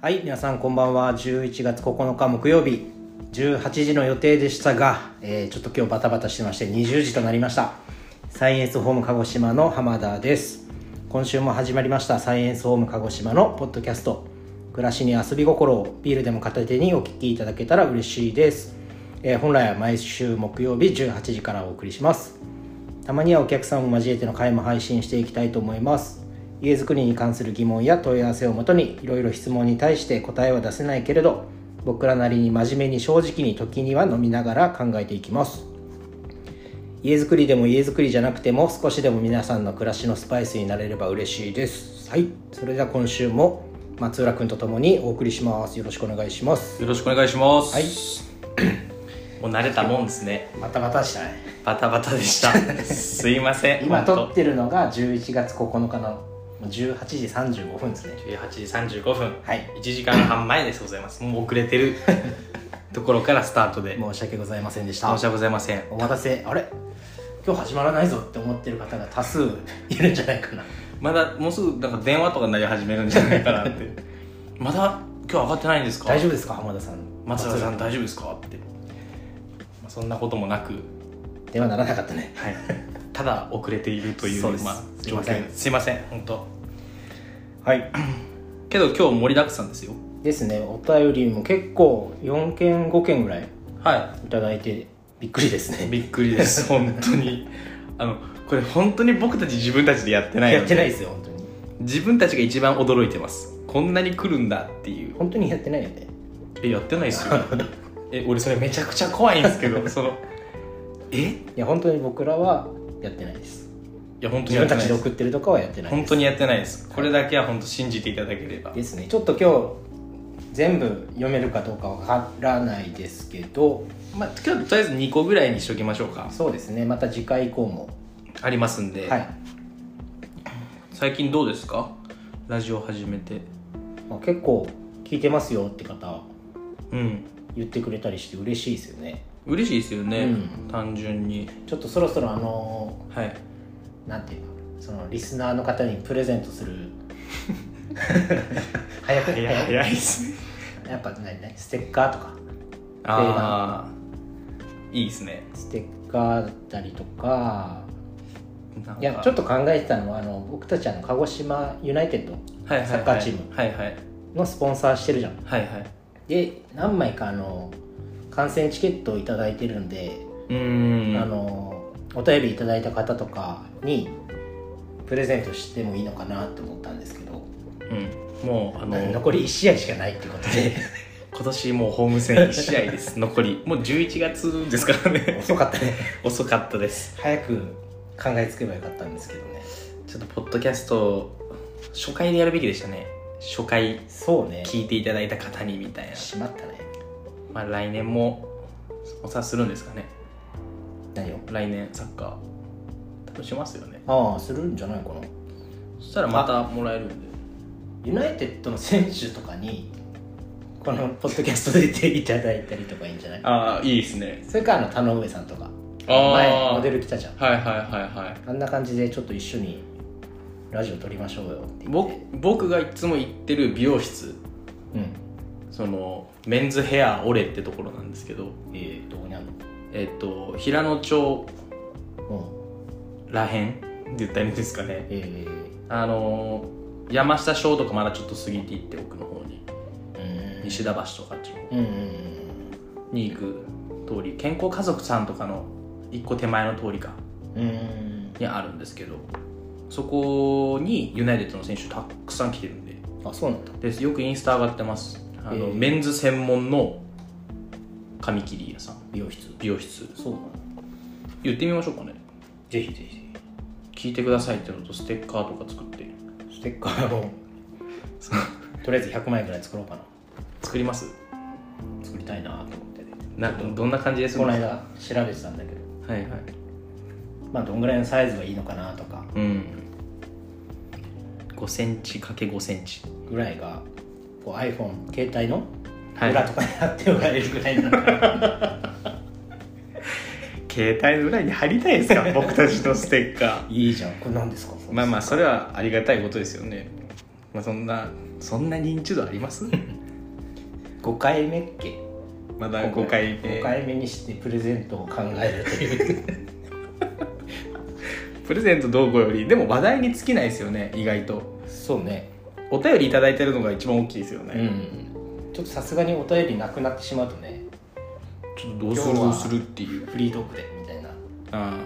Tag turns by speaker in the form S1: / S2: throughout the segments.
S1: はい、皆さんこんばんは。11月9日木曜日、18時の予定でしたが、えーちょっと今日バタバタしてまして20時となりました。サイエンスホーム鹿児島の浜田です。今週も始まりましたサイエンスホーム鹿児島のポッドキャスト、暮らしに遊び心をビールでも片手にお聞きいただけたら嬉しいです。えー本来は毎週木曜日18時からお送りします。たまにはお客さんを交えての回も配信していきたいと思います家づくりに関する疑問や問い合わせをもとにいろいろ質問に対して答えは出せないけれど僕らなりに真面目に正直に時には飲みながら考えていきます家づくりでも家づくりじゃなくても少しでも皆さんの暮らしのスパイスになれれば嬉しいですはいそれでは今週も松浦君と共にお送りしますよろしくお願いします
S2: よろしくお願いします。
S1: はい
S2: もう慣れたもんですね。
S1: バタバタしたね
S2: バタバタで した。すいません。
S1: 今撮っ
S2: 本
S1: てるのが11月9日のもう18時35分ですね
S2: 当18時35分。
S1: はい
S2: 1時間半前でございます。もう遅れてるところからスタートで。
S1: 申し訳ございませんでした
S2: 申し訳ございません。
S1: お待たせあれ今日始まらないぞって思ってる方が多 数いるんじゃないかな
S2: まだもうすぐなんか電話とかになり始めるんじゃないかなって。 まだ今日上がってないんですか。
S1: 大丈
S2: 夫。
S1: 夫ですか浜田さん
S2: 松田さん大丈夫ですかって。まあそんなこともなく、
S1: 夫ではならなかったね
S2: はい。ただ遅れているという
S1: そうです
S2: まあ
S1: すい
S2: 状
S1: ません
S2: 況。すいません。本当。
S1: はい
S2: けど今日盛りだくさんですよ。
S1: ですねお便りも結構4件5件ぐらい
S2: はい。
S1: いただいてびっくりですね
S2: びっくりで す本当にあのこれ本当に僕たち自分たちでやってない
S1: や
S2: の
S1: ってない
S2: で
S1: ですよ本当に
S2: 自分たちが一番驚いてますこんなに来るんだっていう
S1: 本当にやってないよね
S2: えやってない ですよえ俺それめちゃくちゃ怖いんですけどそのえい
S1: いや本当に僕らはやってないです
S2: や本当
S1: 自
S2: にやっ
S1: 分
S2: て
S1: たち
S2: ない
S1: で
S2: です
S1: 送ってるとかはやってないです
S2: 本当にやってないですこれだけは本当信じていただければ
S1: ですねちょっと今日全部読めるかどうかわからないですけど
S2: まあ今日とりあえず2個ぐらいにしときましょうか
S1: そうですねまた次回以降も
S2: ありますんで、
S1: はい、
S2: 最近どうですかラジオ始めて
S1: まあ、結構聞いてますよって方
S2: うん
S1: 言ってくれたりして嬉しいですよね
S2: 嬉しいですよね、
S1: うん
S2: 単純に
S1: ちょっとそろそろあの
S2: はい
S1: ーなんていうのそのリスナーの方にプレゼントす る早く 早く
S2: 早いですね
S1: やっぱ何何ステッカーとか
S2: ああいいですね
S1: ステッカーだったりとか
S2: なんか
S1: いやちょっと考えてたのはあの僕たちあの鹿児島ユナイテッド
S2: はいはいはい
S1: サッカーチーム
S2: はいはい
S1: のスポンサーしてるじゃん
S2: はいはい
S1: で何枚かあの観戦チケットを頂いただいてるんで、
S2: うーん
S1: あのお便りいただいた方とかにプレゼントしてもいいのかなって思ったんですけど、
S2: うんもうあの
S1: 残り1試合しかないってことで
S2: 今年もうホーム戦1試合で す残りもう11月ですからね
S1: 遅かったね
S2: 遅かったです
S1: 早く考えつけばよかったんですけどね
S2: ちょっとポッドキャスト初回でやるべきでしたね初回
S1: そうね
S2: 聞いていただいた方にみたいな
S1: しまったね
S2: まあ来年もお察するんですかね
S1: 何を
S2: 来年サッカー多分しますよね
S1: ああするんじゃないかな
S2: そしたらまたもらえるんで
S1: ユナイテッドの選手とかにこのポッドキャスト出ていただいたりとかいいんじゃない
S2: ああいいですね
S1: それかあの田上さんとか
S2: ああ
S1: 前モデル来たじゃん
S2: はいはいはいはい
S1: あんな感じでちょっと一緒にラジオ撮りましょうよって言っ
S2: 僕
S1: て
S2: 僕がいつも行ってる美容室
S1: うん
S2: そのメンズヘアオレってところなんですけど
S1: えー、どこにある
S2: えっと平野町
S1: のうん
S2: らへんって言ったらいいんですかね
S1: え
S2: あのー山下小とかまだちょっと過ぎて行って奥の方に
S1: ー、うん
S2: 西田橋とかあっちの
S1: う
S2: 方
S1: んうん
S2: に行く通り健康家族さんとかの一個手前の通りか
S1: うんうんうん
S2: にあるんですけどそこにユナイテッドの選手たくさん来てるんで
S1: あそうなんだ
S2: ですよくインスタ上がってますあの、
S1: えー
S2: メンズ専門の髪切り屋さん
S1: 美容室
S2: 美容室
S1: そうなんだ
S2: 言ってみましょうかね
S1: ぜひぜひ
S2: 聞いてくださいってのとステッカーとか作って
S1: ステッカ ーをとりあえず100枚ぐらい作ろうかな
S2: 作ります
S1: 作りたいなと思ってね
S2: などんな感じです
S1: この間調べてたんだけど
S2: はいはい
S1: まあどんぐらいのサイズがいいのかなとか
S2: うん5センチかけ5センチ
S1: ぐらいがこう iPhone 携帯の
S2: はい
S1: 裏とかに貼っておられるぐらいなのかな、
S2: 携帯の裏に貼りたいですか僕たちのステッカー
S1: い、いじゃんこれ何ですか
S2: まあまあそれはありがたいことですよねまあ、そんなそんな認知度あり ます
S1: 5回目っけ
S2: まだ5回目
S1: 5回目にしてプレゼントを考えるという
S2: プレゼントどうこうよりでも話題に尽きないですよね意外と
S1: そうね
S2: お便り頂いただいてるのが一番大きいですよね、
S1: うんちょっとさすがにお便りなくなってしまうとね
S2: ちょっとどうする
S1: 今日は
S2: どうするっていう
S1: フリートークでみたいな
S2: あ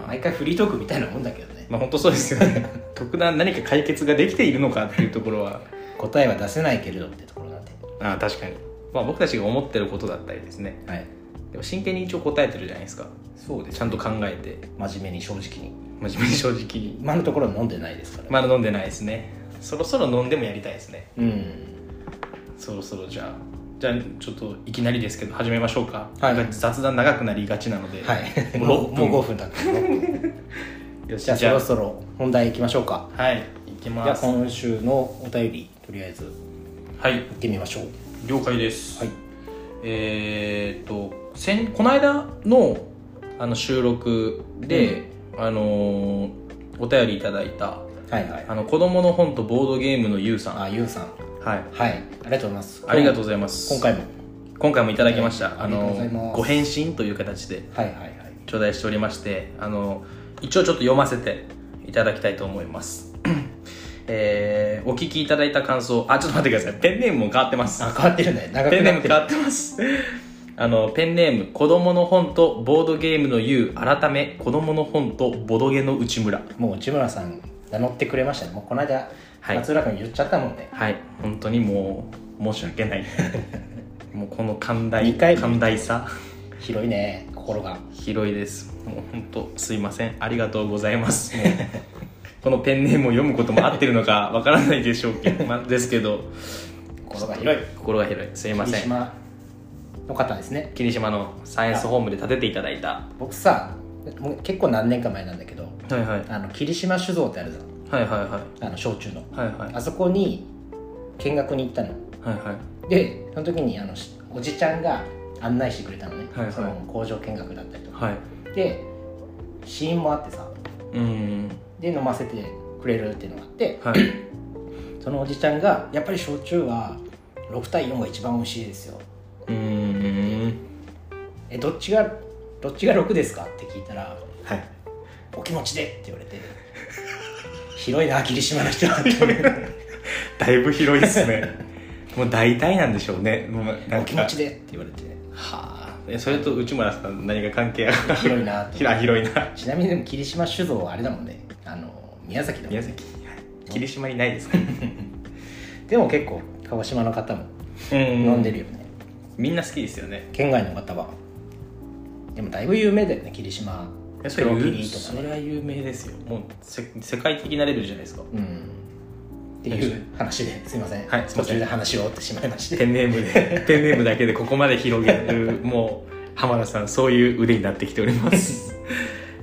S2: あ
S1: 毎回フリートークみたいなもんだけどね
S2: まあ本当そうですよね特段何か解決ができているのかっていうところは
S1: 答えは出せないけれどってところなんで
S2: ああ確かに、まあ、僕たちが思ってることだったりですね
S1: はい
S2: でも真剣に一応答えてるじゃないですか
S1: そうで
S2: ちゃんと考えて
S1: 真面目に正直に
S2: 真面目に正直に
S1: 今のところ飲んでないですから、
S2: まだ飲んでないですねそろそろ飲んでもやりたいですね
S1: うん
S2: そろそろじゃあじゃあちょっといきなりですけど始めましょうか、
S1: はい
S2: なんか雑談長くなりがちなので、
S1: はい もう
S2: もう6分
S1: もう5分だけど
S2: よし
S1: じゃあ
S2: じ
S1: そ
S2: ゃ
S1: ろ
S2: あ
S1: そろ本題いきましょうか
S2: はいいき
S1: じゃ
S2: ま
S1: あ
S2: す
S1: 今週のお便りとりあえず
S2: はい
S1: 行ってみましょう
S2: 了解です、
S1: はい
S2: えーっと先この間のあの収録で、あのーお便りいただいた
S1: はいはい
S2: あの子供の本とボードゲームのゆうさん
S1: あゆうさん
S2: はい
S1: はいありがとうございます
S2: ありがとう
S1: う
S2: ございます
S1: 今回も
S2: 今回もいただきました、
S1: はい
S2: あ
S1: ありがとう
S2: の
S1: ございます
S2: ご返信という形で
S1: はいはいはい
S2: 頂戴しておりましてあの一応ちょっと読ませていただきたいと思います、 えーお聞きいただいた感想あちょっと待ってくださいペンネームも変わってます
S1: あ変わってるね長
S2: ペ
S1: く
S2: ンネー
S1: な
S2: ム
S1: って
S2: 変
S1: る
S2: わってます あのペンネーム「子供の本とボードゲームの U」改め「子供の本とボドゲの内村
S1: もう内村さん名乗ってくれましたねもうこの間
S2: はい
S1: 松浦君言っちゃったもんね」
S2: はい本当にもう申し 訳ないもうこの寛大
S1: 二回目
S2: 寛大さ
S1: 広いね心が
S2: 広いですもう本当すいませんありがとうございますもうこのペンネームを読むことも合ってるのかわからないでしょうけ ど、まあ、ですけど
S1: 心が広い
S2: 心が広いすいませ
S1: 霧
S2: ん
S1: 島の方ですね
S2: 霧島のサイエンスホームで建てていただいた
S1: 僕さもう結構何年か前なんだけど
S2: はいはい
S1: あの霧島酒造ってあるじ
S2: はいはいは
S1: ゃんあの焼酎の
S2: いはいはい
S1: あそこに見学に行ったの
S2: はいはい
S1: でその時にあのしおじちゃんが案内してくれたのね、
S2: はいはい
S1: その工場見学だったりとか
S2: はい
S1: で試飲もあってさ
S2: うん
S1: で飲ませてくれるっていうのがあって
S2: はい
S1: そのおじちゃんがやっぱり焼酎は6対4が一番美味しいですよ
S2: うん
S1: えどっちがどっちが6ですかって聞いたら
S2: はい
S1: お気持ちでって言われて広いな霧島の人はって
S2: だいぶ広いですね もう大体なんでしょうねもうなんか
S1: お気持ちでって言われて
S2: はあえそれと内村さん何か関係ある
S1: 広いなと
S2: ひら広いな
S1: ちなみにでも霧島酒造はあれだもんねあの宮崎だもん
S2: 宮崎霧島にないですか
S1: でも結構鹿児島の方も
S2: うん
S1: 飲んでるよね、
S2: みんな好きですよね
S1: 県外の方はでもだいぶ有名だよね霧島黒霧とか
S2: そ
S1: ね
S2: れは有名ですよもうせ世界的なレベルじゃないですか
S1: うんっていう話ですいません、
S2: はいすいません
S1: 途中で話を終わってしまいまして
S2: ペンネームで ペンネームだけでここまで広げるもう浜田さんそういう腕になってきてお ります、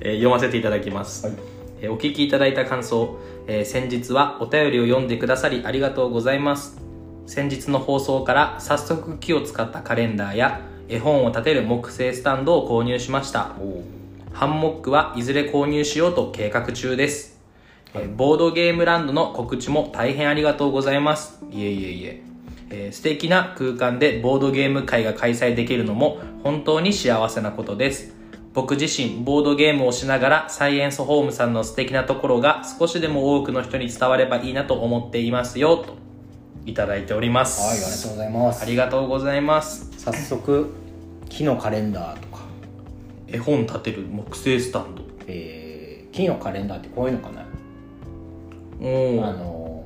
S2: えー読ませていただきます、
S1: はい
S2: えーお聞きいただいた感想、えー先日はお便りを読んでくださりありがとうございます先日の放送から早速木を使ったカレンダーや絵本を立てる木製スタンドを購入しましたハンモックはいずれ購入しようと計画中です、えーボードゲームランドの告知も大変ありがとうございますいえいえいええー素敵な空間でボードゲーム会が開催できるのも本当に幸せなことです僕自身ボードゲームをしながらサイエンスホームさんの素敵なところが少しでも多くの人に伝わればいいなと思っていますよといただいております
S1: はいありがとうございます
S2: ありがとうございます
S1: 早速木のカレンダーとか、
S2: 絵本立てる木製スタンド
S1: えー木のカレンダーってこういうのかな、
S2: お
S1: あ
S2: ー
S1: の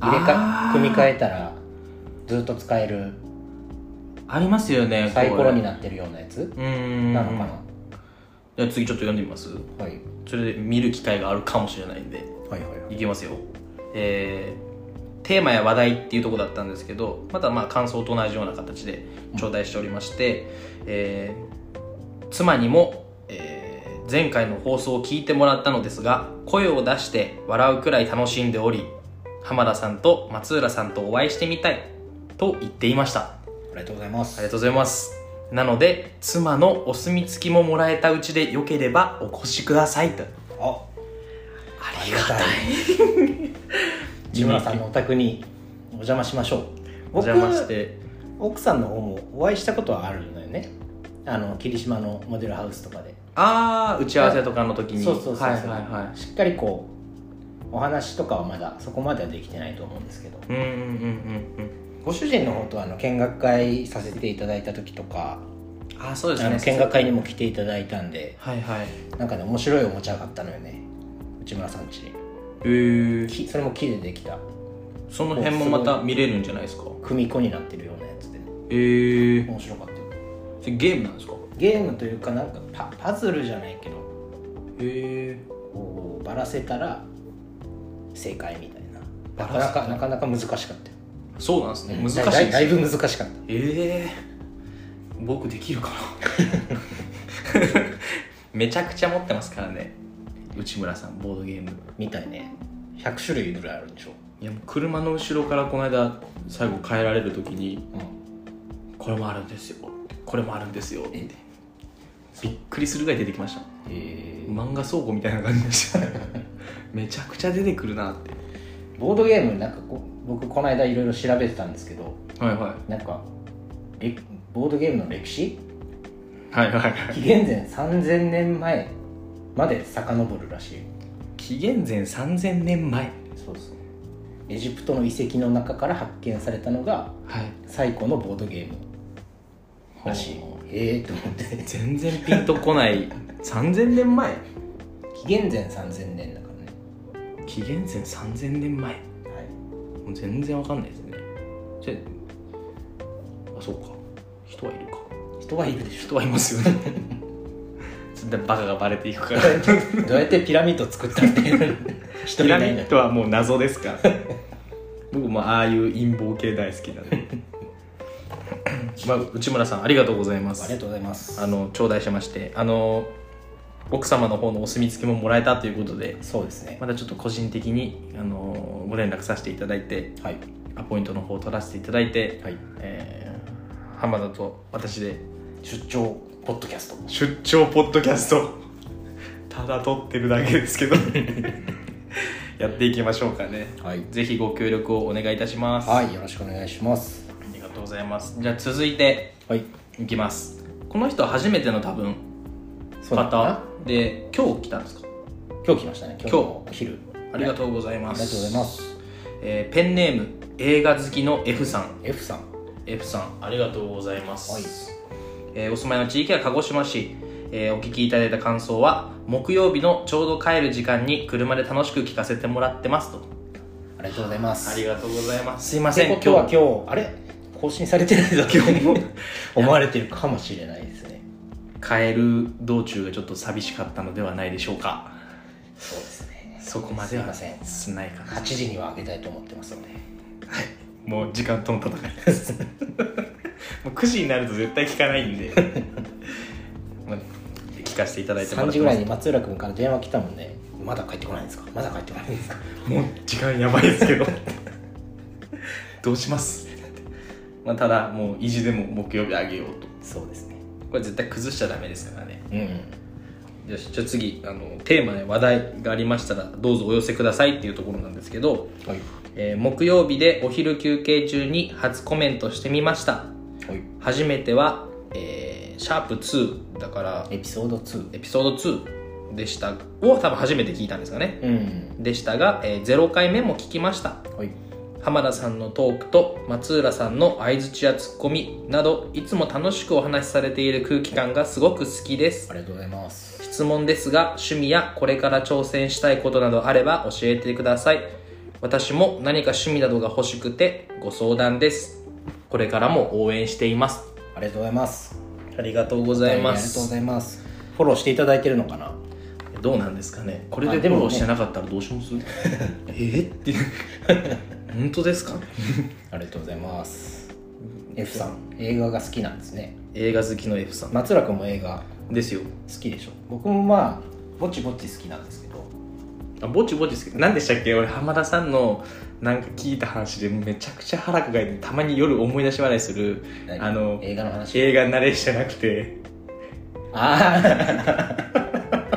S1: 入れか
S2: あー
S1: 組み替えたらずっと使える
S2: ありますよね
S1: サイコロに
S2: な
S1: なってるようなやつ
S2: うーん
S1: なのかな、
S2: じゃあ次ちょっと読んでみます
S1: はい
S2: それで見る機会があるかもしれないんで
S1: はいはいはい
S2: いきますよえーテーマや話題っていうところだったんですけどまたまあ感想と同じような形で頂戴しておりまして、えー妻にも、えー前回の放送を聞いてもらったのですが声を出して笑うくらい楽しんでおり浜田さんと松浦さんとお会いしてみたいと言っていました
S1: ありがとうございます
S2: ありがとうございます。なので、妻のお墨付きももらえたうちでよければお越しくださいと。
S1: あ
S2: あ
S1: りがたい
S2: い。
S1: 内村さんのお宅に邪魔しましょう
S2: お邪魔して
S1: 奥さんの方もお会いしたことはあるんだよねあの霧島のモデルハウスとかで
S2: ああ打ち合わせとかの時に
S1: そうそうそうそう
S2: はいはいは
S1: しっかりこうお話とかはまだそこまではできてないと思うんですけど
S2: いうんうんうんうん
S1: ご主人の方とあの見学会させていただいた時とか、
S2: うんああそうで
S1: あ
S2: す
S1: の
S2: ね
S1: 見学会にも来ていただいたんで
S2: はいはい
S1: なんかね面白いおもちゃがあったのよね内村さんち
S2: えー、
S1: 木それも木でできた
S2: その辺もまた見れるんじゃないですか
S1: 組子になってるようなやつでね
S2: えー、
S1: 面白かったよ
S2: それゲームなんですか
S1: ゲームというかなんかパパズルじゃないけど
S2: え
S1: こうばらせたら正解みたいなな
S2: ば
S1: からな
S2: せた
S1: かなかなか難しかったよ
S2: ー、そうなんですね難しい
S1: だだ
S2: です
S1: だい
S2: ね
S1: ぶ難しかった
S2: ええー、僕できる かなめちゃくちゃ持ってますからね内村さんボードゲーム
S1: みたいね100種類ぐらいあるんでしょ、
S2: いやもう車の後ろからこの間最後帰られる時に「これもあるんですよ」これもあるんですよ」ってびっくりするぐらい出てきました
S1: え
S2: 漫画倉庫みたいな感じでした めちゃくちゃ出てくるなって
S1: ボードゲームなんかこう僕この間いろいろ調べてたんですけど
S2: はいは
S1: なんかれボードゲームの歴史
S2: いはいはいはい
S1: 紀元前3000年前まで遡るらしい
S2: 紀元前3000年前
S1: そうそうエジプトの遺跡の中から発見されたのが
S2: はい
S1: 最古のボードゲームらしい
S2: ほ
S1: ええと思って
S2: 全然ピンとこない3000年前
S1: 紀元前3000年だからね、
S2: 紀元前3000年前もう全然わかんないですねじゃあそうか人はいるか
S1: 人はいるでしょ
S2: 人はいますよね そんなバカがバレていくから
S1: どうやってピラミッド作ったって いう人
S2: ピ
S1: い
S2: ラ
S1: な
S2: ミ
S1: いんだ
S2: ッドはもう謎ですから 僕もああいう陰謀系大好きなんでまあ内村さんありがとうございま
S1: あ
S2: す
S1: りがとうございます
S2: あの頂戴しましてあの奥様の方のお墨付きももらえたということで
S1: そうですね
S2: またちょっと個人的にあのご連絡させていただいて
S1: はい
S2: アポイントの方を取らせていただいて、
S1: はい
S2: えー浜田と私で
S1: 出張ポッドキャスト
S2: 出張ポッドキャスト ただ撮ってるだけですけ どやっていきましょうかね
S1: はい
S2: ぜひご協力をお願いいたします、あ
S1: はいよろしくお願いします
S2: りがとうございますじゃあ続いて
S1: はい
S2: いきますこの人は初めての多分
S1: そうだ
S2: 方で今日来たんですか
S1: 今日来ましたね今日のお昼
S2: ありがとうござい
S1: あ
S2: ま
S1: り
S2: す
S1: がとうございます
S2: えーペンネーム映画好きの F さん
S1: F さん
S2: F さんありがとうございます、えーお住まいの地域は鹿児島市、えーお聞きいただいた感想は木曜日のちょうど帰る時間に車で楽しく聞かせてもらってますと
S1: ありがとうございます
S2: ありがとうございますすいま
S1: っ
S2: せ
S1: て
S2: ん
S1: こ
S2: 今日
S1: とは今日あれ更新されてないだけも思われてるかもしれないですね
S2: 帰る道中がちょっと寂しかったのではないでしょうか
S1: そうですね
S2: そこまでは
S1: すいません
S2: すないかな
S1: 8時には上げたいと思ってますので
S2: もう時間との戦いです もう9時になると絶対聞かないんでまあ聞かせていただいてもら
S1: 3
S2: っ
S1: 時
S2: て
S1: ぐ
S2: ま
S1: らい
S2: す
S1: に松浦君から電話来たもんねまだ帰ってこないんですかまだ帰ってこないんですか
S2: もう時間やばいですけどどうしますまあただもう意地でも木曜日あげようと
S1: そうですね
S2: これ絶対崩しちゃダメですからね
S1: うん
S2: よしじゃあ次あのテーマで話題がありましたらどうぞお寄せくださいっていうところなんですけど、
S1: はい
S2: えー木曜日でお昼休憩中に初コメントしてみました
S1: はい
S2: 初めては、えーシャープ2だから
S1: エピソード2
S2: エピソード2でしたを多分初めて聞いたんですかね
S1: うん
S2: でしたが、えー0回目も聞きました
S1: はい
S2: 浜田さんのトークと松浦さんの相づちやツッコミなどいつも楽しくお話しされている空気感がすごく好きです
S1: ありがとうございます
S2: 質問ですが趣味やこれから挑戦したいことなどあれば教えてください私も何か趣味などが欲しくてご相談ですこれからも応援しています
S1: ありがとうございます
S2: ありがとうございま
S1: ありがとうご
S2: す
S1: ざいますフォローしていただいてるのかな
S2: どうなんですかねこれ
S1: あ
S2: で
S1: で
S2: フ
S1: もね
S2: ォローしてなかったらどうします えーって本当ですか
S1: ありがとうございます F さん映画が好きなんですね
S2: 映画好きの F さん
S1: 松浦君も映画
S2: ですよ
S1: 好きでしょ僕もまあぼちぼち好きなんですけど
S2: あぼちぼちですけど何でしたっけ俺浜田さんのなんか聞いた話でめちゃくちゃ腹抱えてたまに夜思い出し笑いする
S1: 何
S2: あの
S1: 映画の話
S2: 映画ナレーションじゃなくて
S1: あ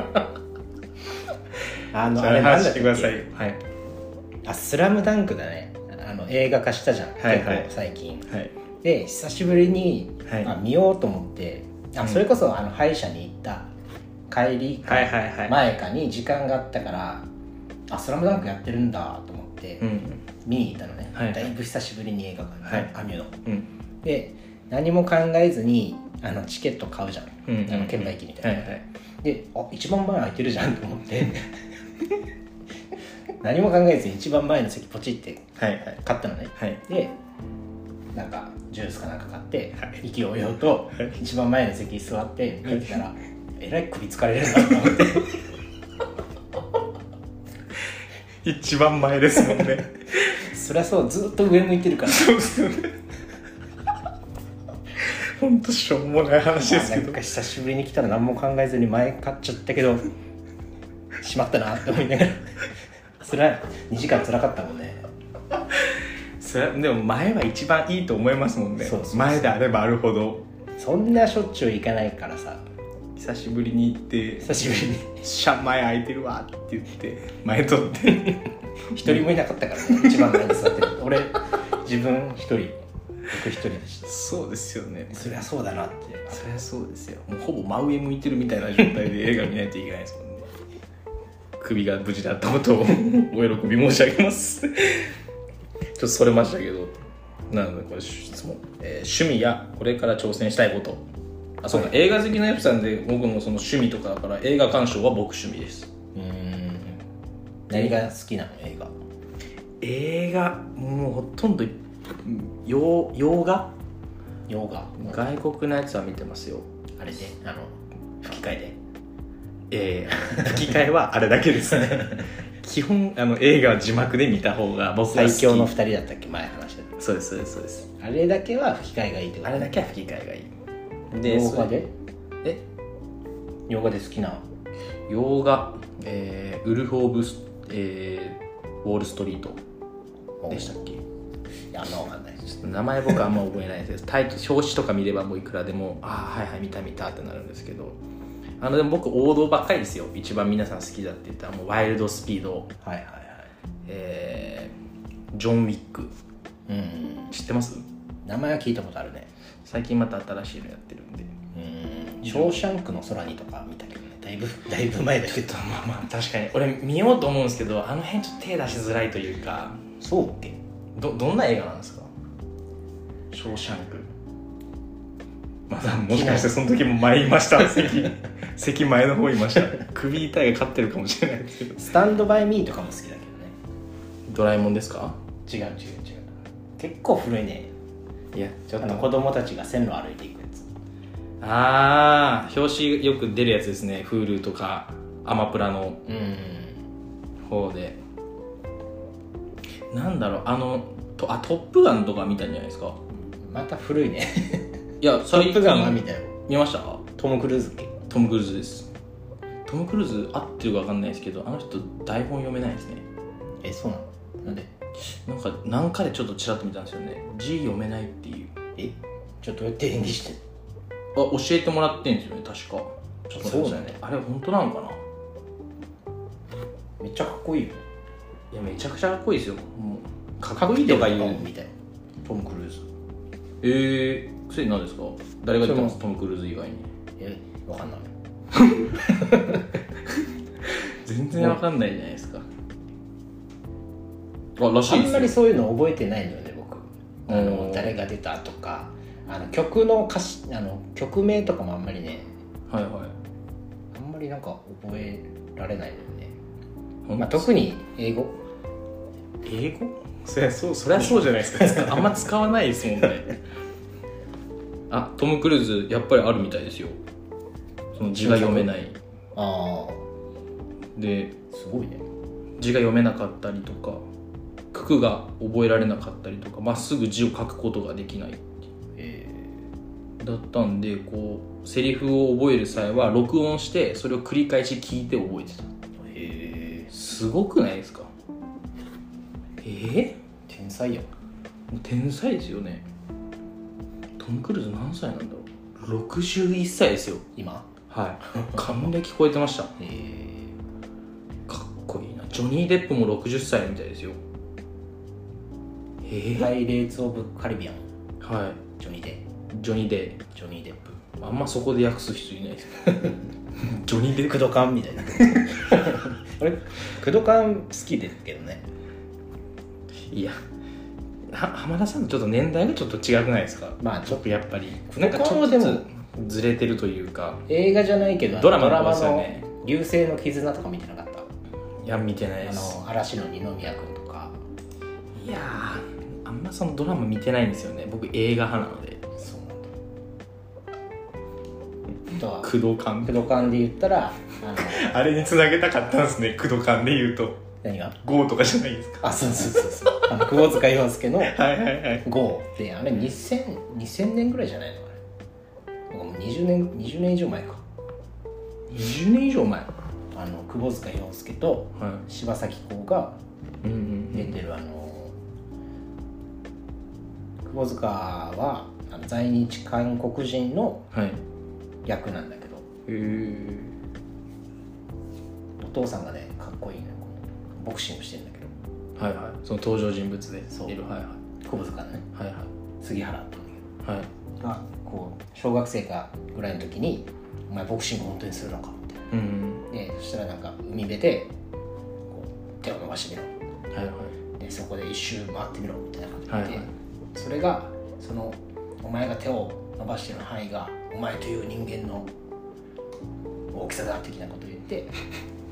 S1: ああのあれなんだっ
S2: 話して
S1: け
S2: くださいよはい
S1: あスラムダンクだねあの映画化したじゃん、
S2: はいはい
S1: 結構最近
S2: はい
S1: で久しぶりに、
S2: はい
S1: あ見ようと思ってあ、
S2: うん
S1: それこそあの歯医者に行った帰りか
S2: はいはいはい
S1: 前かに時間があったから「あスラムダンクやってるんだと思って
S2: うん
S1: 見に行ったのね、
S2: はいはい
S1: だいぶ久しぶりに映画館、
S2: はい
S1: アミュの
S2: うん
S1: で何も考えずにあのチケット買うじゃん、
S2: うん
S1: あの券売機みたいな、
S2: はいはい
S1: であ一番前空いてるじゃんと思って 何も考えずに一番前の席ポチって
S2: はいはい
S1: 買ったのね
S2: はい
S1: でなんかジュースかなんか買って、
S2: はい
S1: 意気揚々と
S2: はい
S1: 一番前の席に座って見てたら、えらい首疲れるんだと思って
S2: 一番前ですもん ね
S1: そりゃそうずっと上向いてるから
S2: そうっすね本当しょうもない話ですけ
S1: なん
S2: ど
S1: か久しぶりに来たら何も考えずに前買っちゃったけどしまったなって思いながら つらい2時間つらかったもんね
S2: それでも前は一番いいと思いますもんね
S1: そうそうそう
S2: 前であればあるほど
S1: そんなしょっちゅう行かないからさ
S2: 久しぶりに行って
S1: 久しぶりに
S2: 「シャ前空いてるわ」って言って前取って
S1: 一人もいなかったからね一番前に座ってる俺自分一人僕一人でした
S2: そうですよね
S1: そりゃそうだなって
S2: そりゃそうですよもうほぼ真上向いてるみたいな状態で映画見ないといけないですもんね首が無事だったことをお喜び申し上げますちょっとそれましたけどなのでこれ質問、えー趣味やこれから挑戦したいことあそうか、映画好きなやつさんで僕のその趣味とかだから映画鑑賞は僕趣味です
S1: うーん何が好きなの映画
S2: 映画もうほとんど洋洋画
S1: 洋画
S2: 外国のやつは見てますよ
S1: あれであの吹き替えで
S2: ええ吹き替えはあれだけですね 基本あの映画は字幕で見た方が僕は好
S1: 最
S2: き
S1: 強の二人だったっけ前話してた
S2: そうですそうですそうです
S1: あれだけは吹き替えがいいってこと
S2: あれだけは吹き替えがいい
S1: 洋画
S2: それ
S1: で
S2: え
S1: 洋画で好きな
S2: 洋画、えーウルフ・オブス、えーウォール・ストリートでしたっけ
S1: いやあんまわかんないです
S2: 名前僕あんま覚えない ですけどタイトル表紙とか見ればもういくらでもああはいはい見た見たってなるんですけどあのでも僕王道ばっかりですよ一番皆さん好きだって言ったらもうワイルドスピード、
S1: はいはいは
S2: えージョン・ウィック
S1: いうん
S2: 知ってます
S1: 名前は聞いたことあるね
S2: 最近また新しいのやってるんで
S1: うん「ショーシャンクの空に」とか見たけどねだい ぶだいぶ前だけど
S2: まあまあ確かに俺見ようと思うんですけどあの辺ちょっと手出しづらいというか
S1: そうっけ
S2: どどんな映画なんですか「ショーシャンク」まだもしかしてその時も前いま した席席前の方いました首痛いが勝ってるかもしれないですけど
S1: スタンドバイミーとかも好きだけ
S2: ドラえもんですか
S1: どね違う違う違う結構古いね
S2: いやちょ
S1: あの子供たちが線路歩いていくやつ
S2: ああ表紙よく出るやつですね Hulu とかアマプラの
S1: うん
S2: 方でなんだろうあのとあ「トップガン」とか見たんじゃないですか
S1: また古い ね
S2: いや
S1: トップガンは見
S2: 見
S1: たよ
S2: 見ました
S1: トム・クルーズっけ
S2: トム・クルーズですトム・クルーズ合ってるか分かんないですけどあの人台本読めないですね
S1: えそうなのなんで
S2: なんか何かでちょっとちらっと見たんですよね字読めないっていう
S1: えちょっとどうやって演技してんの
S2: あ教えてもらってんですよね確かちょっと待ってください
S1: そうだね
S2: あれ本当なのかな
S1: めっちゃかっこいいよ
S2: いやめちゃくちゃかっこいいですよもうかっこいいとか言
S1: ト
S2: う
S1: ムみたいなトム・クルーズ
S2: えー、それ何ですか誰が出てま
S1: そ
S2: すトム・クルーズ以外に
S1: えわかんない
S2: 全然わかんないじゃないですかあらし
S1: あ
S2: いで
S1: ん
S2: す
S1: ま
S2: よ
S1: りそういうの覚えてないのよね僕あ
S2: お
S1: の
S2: ー
S1: 誰が出たとかあの曲の歌詞あの曲名とかもあんまりね
S2: はいはい
S1: あんまりなんか覚えられないのよね、
S2: ほん
S1: まあ、特に英語
S2: 英語そりゃそうそりゃそうじゃないですか あんま使わないですもんねあトム・クルーズやっぱりあるみたいですよその字が読めない
S1: あ
S2: で
S1: あすごいね
S2: 字が読めなかったりとか句々が覚えられなかったりとかまっすぐ字を書くことができない
S1: え
S2: だったんでこうセリフを覚える際は録音してそれを繰り返し聞いて覚えてた
S1: ー、え
S2: すごくないですかえ
S1: 天才や
S2: ー、もう天才ですよねトム・クルーズ何歳なんだろう61歳ですよ
S1: 今
S2: はい 還暦超えてました
S1: えー、
S2: かっこいいなジョニー・デップも60歳みたいですよ
S1: え
S2: えー
S1: パイレーツ・オブ・カリビアン
S2: はい
S1: ジョニー・デッ
S2: ジョニー・デ
S1: プジョニー・デップ
S2: イあんまそこで訳す人いないですけど ジョニー・デイ
S1: クドカンみ たいな俺クドカン好きですけどね
S2: いやは浜田さんのちょっと年代がちょっと違くないですか
S1: まあち
S2: ち
S1: ょ
S2: ょ
S1: っと
S2: っとやっぱり
S1: ここ
S2: なんかちょっ
S1: で
S2: と
S1: も
S2: ずれてるというか
S1: 映画じゃないけど
S2: ドラマの方ですよ
S1: の
S2: ね
S1: 「流星の絆」とか見てなかった
S2: いや見てないで
S1: あ
S2: す
S1: の嵐の二宮君とか
S2: いやーあんまそのドラマ見てないんですよね僕映画派なので
S1: そうなんだあとは
S2: 工藤館
S1: クドカンで言ったらあの
S2: あれにつなげたかったんですね工藤館で言うと
S1: 何が
S2: GO とかじゃないですか
S1: あそうそうそうそうあの窪塚洋介の
S2: はいはいはい
S1: 5であれ2000 2000年ぐらいじゃないのあれもう20年20年以上前か
S2: 20年以上前は
S1: あの窪塚洋介と柴咲コウが
S2: いうんうんう
S1: 出
S2: ん
S1: てるあの窪塚はあの在日韓国人の
S2: はいへ
S1: 役なんだけど
S2: え
S1: お父さんがねかっこいいのよこのボクシングしてんだけど
S2: はいはいその登場人物で
S1: そう
S2: いるはいは
S1: 窪塚のね
S2: いはい
S1: 杉原っていうんだけど
S2: はいはい
S1: がこう小学生かぐらいの時に「お前ボクシング本当にするのか」みたい
S2: うん
S1: なでそしたらなんか海辺でこう手を伸ばしてみろ
S2: うんはいはい
S1: でそこで一周回ってみろみたいな感じで、
S2: はいはい
S1: それがそのお前が手を伸ばしてる範囲がお前という人間の大きさだ的なことを言って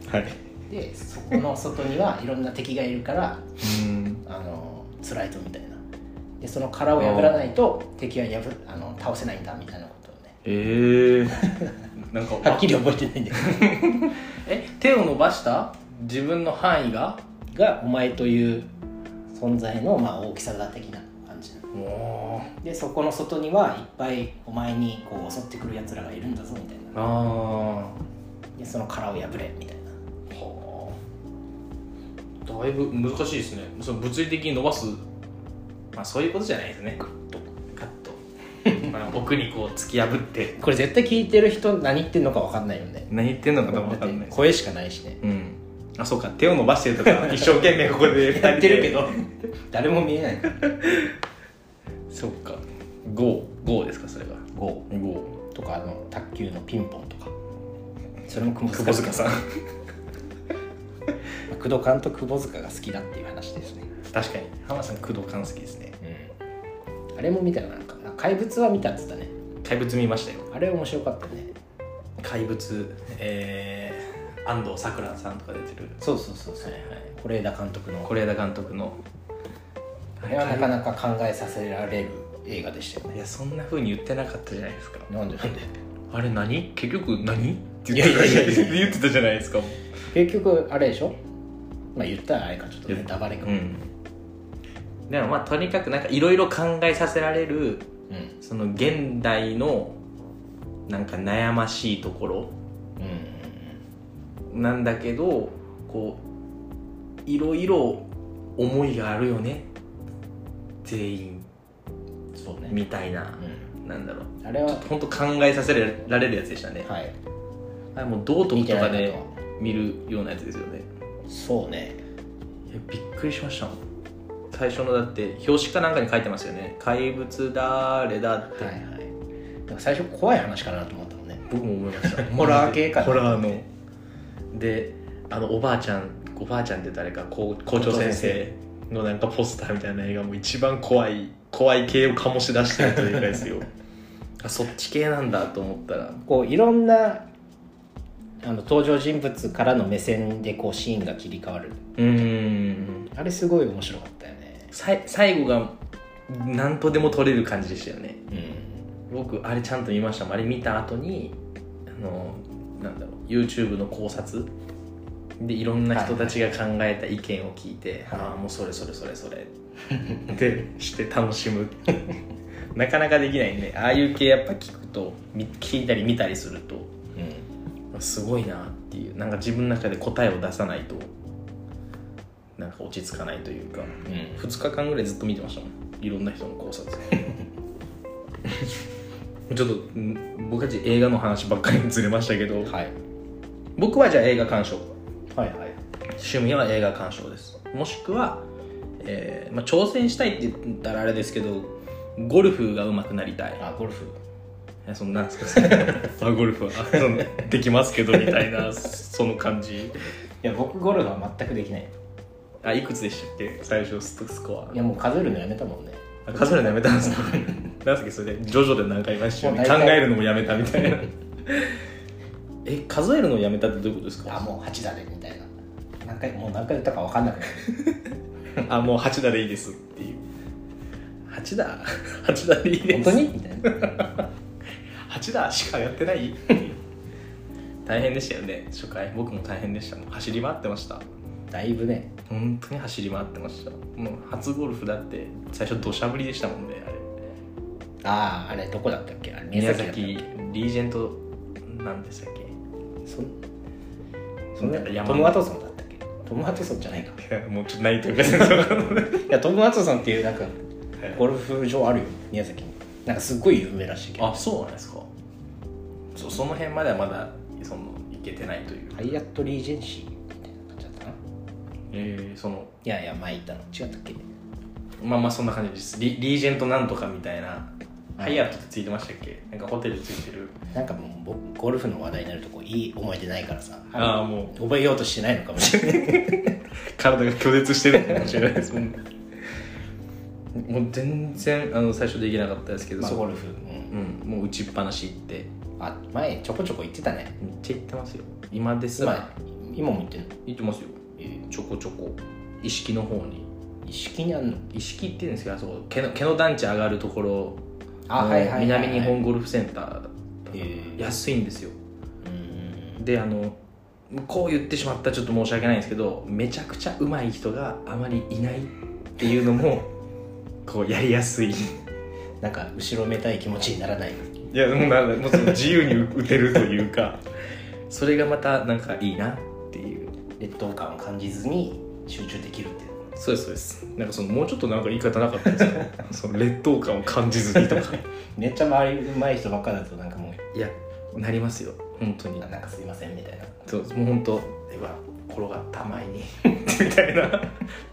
S2: はい
S1: でそこの外に はいろんな敵がいるから
S2: うん
S1: あの辛いとみたいなでその殻を破らないと敵は破あの倒せないんだみたいなことをね
S2: ええ なんか
S1: はっきり覚えてないんだけど
S2: え手を伸ばした自分の範囲が
S1: がお前という存在のまあ大きさだ的な感じ
S2: お
S1: でそこの外にはいっぱいお前にこう襲ってくるやつらがいるんだぞみたいな
S2: あ
S1: でその殻を破れみたいな
S2: ーはあだいぶ難しいですねその物理的に伸ばすまあそういうことじゃないですねカ ットカットまあ奥にこう突き破って
S1: これ絶対聞いてる人何言ってんのか分かんないよね
S2: 何言ってんのか多分分
S1: だ
S2: か
S1: っ
S2: んな
S1: て
S2: いです
S1: 声しかないしね
S2: うんあそうか手を伸ばしてるとか 一生懸命ここで
S1: やってるけ
S2: ど
S1: ど 誰も見えないから
S2: そうか55ですかそれが
S1: 5
S2: 5
S1: とかあの卓球のピンポンとかそれも久
S2: 久保塚さん
S1: まあ工藤監督久保塚が好きだっていう話ですね
S2: 確かに浜田さん工藤勘好きですね
S1: あれも見たらなんかな怪物は見たっつったね
S2: 怪物見ましたよ
S1: あれ面白かったね
S2: 怪物、えー、安藤サクラさんとか出てる
S1: そうそうそうそう
S2: はい
S1: 是枝監督の
S2: 是枝監督の
S1: あれはなかなか考えさせられる映画でしたよ
S2: い
S1: ね
S2: やそんな風に言ってなかったじゃないですか
S1: なんでなんで
S2: あれ何結局何って
S1: いやいやいやいや
S2: 言ってたじゃないですか
S1: 結局あれでしょまあ言ったらあれかちょっとネタバレか
S2: う
S1: も、
S2: んでもまあとにかくなんかいろいろ考えさせられる
S1: うん
S2: その現代のなんか悩ましいところ
S1: うん
S2: なんだけどこういろいろ思いがあるよね全員
S1: そうね、
S2: みたいな、なんだろう
S1: うん、あれは
S2: 本当考えさせられるやつでしたね、
S1: はい
S2: あれもう道徳とか
S1: 見てない
S2: で
S1: なと
S2: 見るようなやつですよね
S1: そうね
S2: いやびっくりしましたもん最初のだって表紙かなんかに書いてますよね怪物だーれだって、
S1: はいはいなんか最初怖い話かなと思ったもんね
S2: 僕も思いました
S1: ホラー系かな
S2: ホラーのであのおばあちゃんおばあちゃんって誰か校校長先生のなんかポスターみたいな映画も一番怖い怖い系を醸し出してるというかですよ あそっち系なんだと思ったら
S1: こういろんなあの登場人物からの目線でこうシーンが切り替わる
S2: うーん
S1: あれすごい面白かったよね
S2: さい最後が何とでも取れる感じでしたよね
S1: うん
S2: 僕あれちゃんと見ましたもんあれ見た後にあのなんだろう YouTube の考察でいろんな人たちが考えた意見を聞いて、
S1: はい
S2: ああもうそれそれそれそれってして楽しむ なかなかできないんでああいう系やっぱ聞くとみ聞いたり見たりすると
S1: うん
S2: すごいなっていうなんか自分の中で答えを出さないとなんか落ち着かないというか
S1: うん
S2: 2日間ぐらいずっと見てましたもんいろんな人の考 察ちょっとん僕たち映画の話ばっかりにずれましたけど、
S1: はい
S2: 僕はじゃあ映画鑑賞
S1: はいはい
S2: 趣味は映画鑑賞ですもしくは、えーまあ、挑戦したいって言ったらあれですけどゴルフが上手くなりたい
S1: あゴルフ
S2: えそんなんですか あゴルフはあそのできますけどみたいなその感じ
S1: いや僕ゴルフは全くできない
S2: あいくつでしたっけ最初ススコ
S1: いやもう数えるのやめたもんね
S2: アあ数えるのやめたんですかなんすっけそれで徐々で何回もしよう
S1: もう
S2: 考
S1: 大体
S2: えるのもやめたみたいなえ数えるのやめたってどういうことです
S1: あ
S2: か
S1: もう8だねみたいな何回もう何回打ったか分かんなくなる
S2: あもう8打でいいですっていう8打8打で いい
S1: 本
S2: です
S1: 当にみたいな
S2: 8打しかやってない大変でしたよね初回僕も大変でしたもう走り回ってました
S1: だいぶね
S2: 本当に走り回ってましたもう初ゴルフだって最初土砂降りでしたもんねあれ
S1: あああれどこだったっけあれ
S2: 宮
S1: だったっけ
S2: 崎リージェントなんでしたっけ
S1: そんそんな
S2: なんか山
S1: トム・ワトソンだったっけトム・ワトソンじゃ ないか
S2: い やもうちょっとないというかはい
S1: やトム・ワトソンっていうなんかゴルフ場あるよ宮崎になんかすっごい有名らしいけど
S2: あそうなんですかそその辺まではまだその行けてないという、
S1: ハイアット・リージェンシーみたいになっちゃったない
S2: えーその
S1: やいや前行ったの違ったっけ
S2: まあまあそんな感じですリリージェントなんとかみたいな
S1: うん
S2: ハイアットってついてましたっけなんかホテルついてる
S1: なんかもう僕ゴルフの話題になるとこういい思い出ないからさ
S2: ああもう
S1: 覚えようとしてないのかもしれない
S2: 体が拒絶してるかもしれないですもん もう全然あの最初できなかったですけど、
S1: まあ
S2: そ
S1: ゴ
S2: こ
S1: ルフ、うん
S2: うん、もう打ちっぱなし行って
S1: あ前ちょこちょこ行ってたね
S2: めっちゃ行ってますよ今ですら
S1: 今今も行ってんの
S2: 行ってますよちょこちょこ意識の方に
S1: 意識にあんの
S2: 意識っていうんですけどあそこ毛の毛の団地上がるところ
S1: あはいはいはいはい
S2: 南日本ゴルフセンター
S1: へー
S2: 安いんですよ
S1: うん
S2: であのこう言ってしまったらちょっと申し訳ないんですけどめちゃくちゃ上手い人があまりいないっていうのも こうやりやすいい
S1: なんか後ろめたい気持ちにならない
S2: やもうなもうその自由に打てるというか それがまたなんかいいなっていう
S1: 劣等感を感じずに集中できるっていう
S2: そうですそうですなんかそのもうちょっとなんか言い方なかったですか その劣等感を感じずにとか
S1: めっちゃ周り上手い人ばっかだとなんかも
S2: いやなりますよ本当
S1: う
S2: に
S1: なんかすいませんみたいな
S2: そうもう本当うわ転がった前にみたいな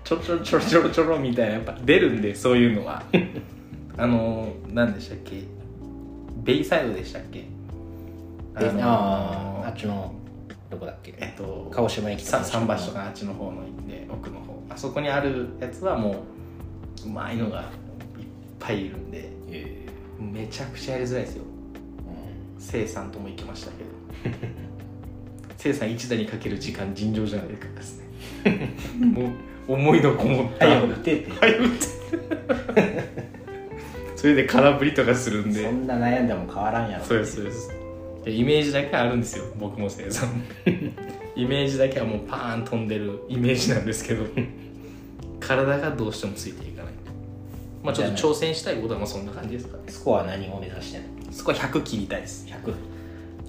S2: ちょろちょろちょろちょろちょろみたいなやっぱ出るんでそういうのはあの何でしたっけベイサイドでしたっけあ
S1: で
S2: の
S1: あーあっちのどこだっけ
S2: えっと
S1: 鹿児島駅と
S2: さ
S1: か
S2: 桟橋とかあっちの方の行って奥の方あそこにあるやつはもううまいのがいっぱいいるんで
S1: え
S2: めちゃくちゃやりづらいですよ
S1: えうん
S2: 生さんとも行きましたけど 生さん一打にかける時間尋常じゃないです ねもう思いのこもった
S1: 早
S2: よ
S1: く打てって
S2: はい打ってそれで空振りとかするんで
S1: そんな悩んでも変わらんやろ
S2: そうですそうですでイメージだけあるんですよ僕も生 さんもイメージだけはもうパーン飛んでるイメージなんですけど体がどうしてもついていかないまあちょっと挑戦したいことはまあそんな感じですかね
S1: スコア何を目指してんの
S2: そこは100切りたいです
S1: 100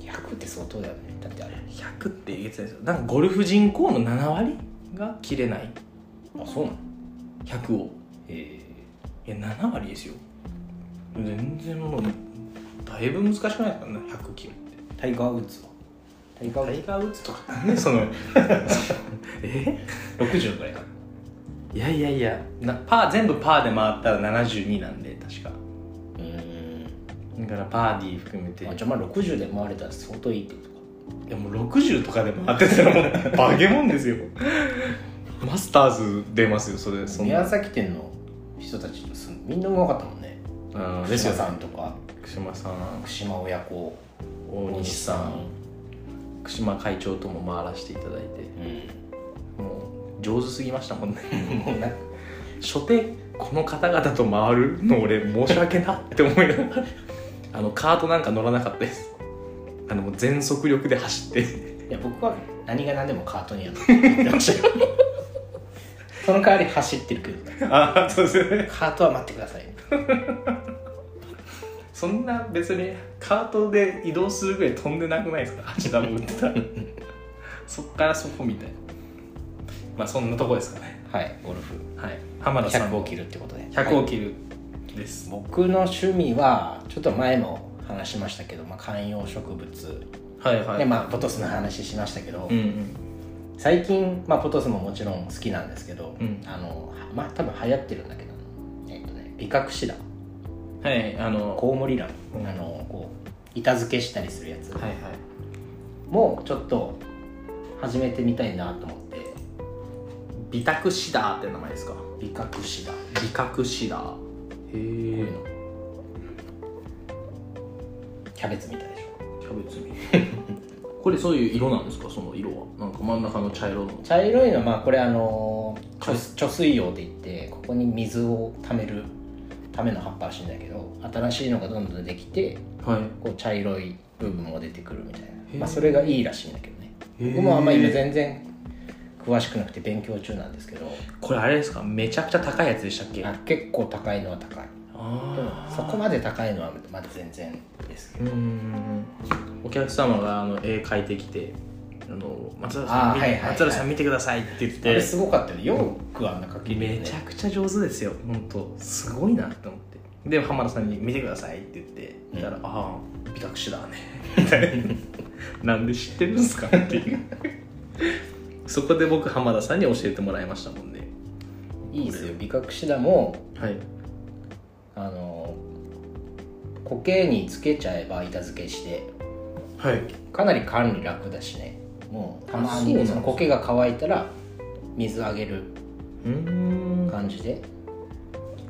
S1: 100って相当だよねだってあれ
S2: 100って言ってたんですよなんかゴルフ人口の7割が切れない
S1: あそうなの
S2: 100を
S1: え
S2: いや7割ですよ全然もうだいぶ難しくないですかね100切るって
S1: えタイガー・ウッズはタイガー・ウ
S2: タ
S1: ッズ
S2: イガー・ウッズとかね そのえ
S1: 60ぐらいかない
S2: やいやいやなパー全部パーで回ったら72なんで確か
S1: うーん
S2: だからパーディー含めてい
S1: あじゃあまあ60で回れたら相当いいってことか
S2: やもう60とかで回ってたらもうバゲモン ですよマスターズ出ますよそれそん
S1: 宮
S2: な
S1: 崎県の人たちとすみんなうまかったもんね
S2: うん
S1: 福
S2: ですよ
S1: 島さんとか
S2: 福島さん
S1: 福島親子
S2: 大西さん福島会長とも回らせていただいて
S1: うん
S2: もう上手すぎましたもんね
S1: もうなんか
S2: 初手この方々と回るの俺申し訳なって思いながらあのカートなんか乗らなかったですあのもう全速力で走って
S1: いや僕は何が何でもカートにやってましたよ その代わり走ってるけど
S2: ああそうですよね
S1: カートは待ってください
S2: そんな別にカートで移動するぐらい飛んでなくないですか8段も打って たらそっからそこみたいなまあそんなとこですかね
S1: はいゴルフ
S2: はい浜田さん
S1: 100を切るってことで
S2: 100
S1: は
S2: を
S1: い
S2: 切るです、
S1: 僕の趣味はちょっと前も話しましたけど、まあ、観葉植物
S2: はいはい
S1: でまあボトスの話しましたけど、
S2: うんうん
S1: 好最近、まあ、ポトスももちろん好きなんですけど、
S2: うん
S1: あのはまあ多分流行ってるんだけど、えっとね、ビカクシダ
S2: はいあの
S1: コウモリラン、
S2: うん
S1: あのこう板付けしたりするやつ
S2: はいはい
S1: もちょっと始めてみたいなと思って
S2: ビタクシダーって名前ですか
S1: ビカクシダ
S2: ビカクシダーへえ
S1: キャベツみたいでしょ
S2: キャベツに これそういう色なんですかその色はなんか真ん中の茶色の
S1: 茶色いのはまあこれあの貯貯水用って言ってここに水を溜めるための葉っぱらしいんだけど新しいのがどんどんできて
S2: はい
S1: こう茶色い部分も出てくるみたい
S2: へ
S1: な、
S2: ー
S1: まあ、それがいいらしいんだけどね
S2: へー
S1: 僕もあんま今全然詳しくなくて勉強中なんですけど
S2: これあれですかめちゃくちゃ高いやつでしたっけ
S1: あ結構高いのは高いでも
S2: あ
S1: そこまで高いのはまだ全然ですけ
S2: う
S1: ど
S2: んうんうんお客様があの絵描いてきて「あの松原さん
S1: あー
S2: 見
S1: はいはいはい
S2: 松原さん見てください」って言っ
S1: あれ
S2: て
S1: すごかったよよくあんな書けるよ
S2: め
S1: ね
S2: ちゃくちゃ上手ですよ本当すごいなって思ってで浜田さんに「見てください」って言って見たら「
S1: う
S2: ああ美託手だね」みたいななんで知ってるんですかっていうそこで僕浜田さんに教えてもらいましたもんね
S1: いいですよ美覚シダも
S2: はい
S1: あの苔につけちゃえば板付けして
S2: はい
S1: かなり管理楽だしねもうたま
S2: あそうなんで
S1: に
S2: す
S1: そ
S2: ね
S1: の苔が乾いたら水あげる
S2: うーん
S1: 感じで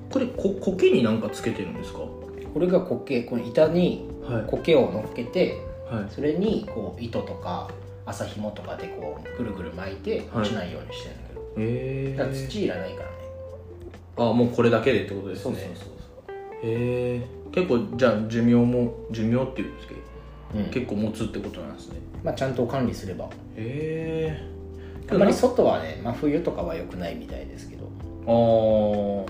S2: これこ苔になんかつけてるんですかは
S1: これが苔これ板に
S2: い
S1: 苔を乗っけて
S2: はい
S1: それにこう糸とか麻紐とかでこうぐるぐる巻いて
S2: はい
S1: 落ちないようにしてるんだけど、
S2: へ
S1: だから土いらないからね
S2: あもうこれだけでってことですね
S1: そう
S2: へえ結構じゃあ寿命も寿命っていうんですけど、
S1: そう、うん
S2: 結構持つってことなんですね
S1: まあ、ちゃんと管理すれば
S2: へえ
S1: あんまり外はね真冬とかは良くないみたいですけど、
S2: あー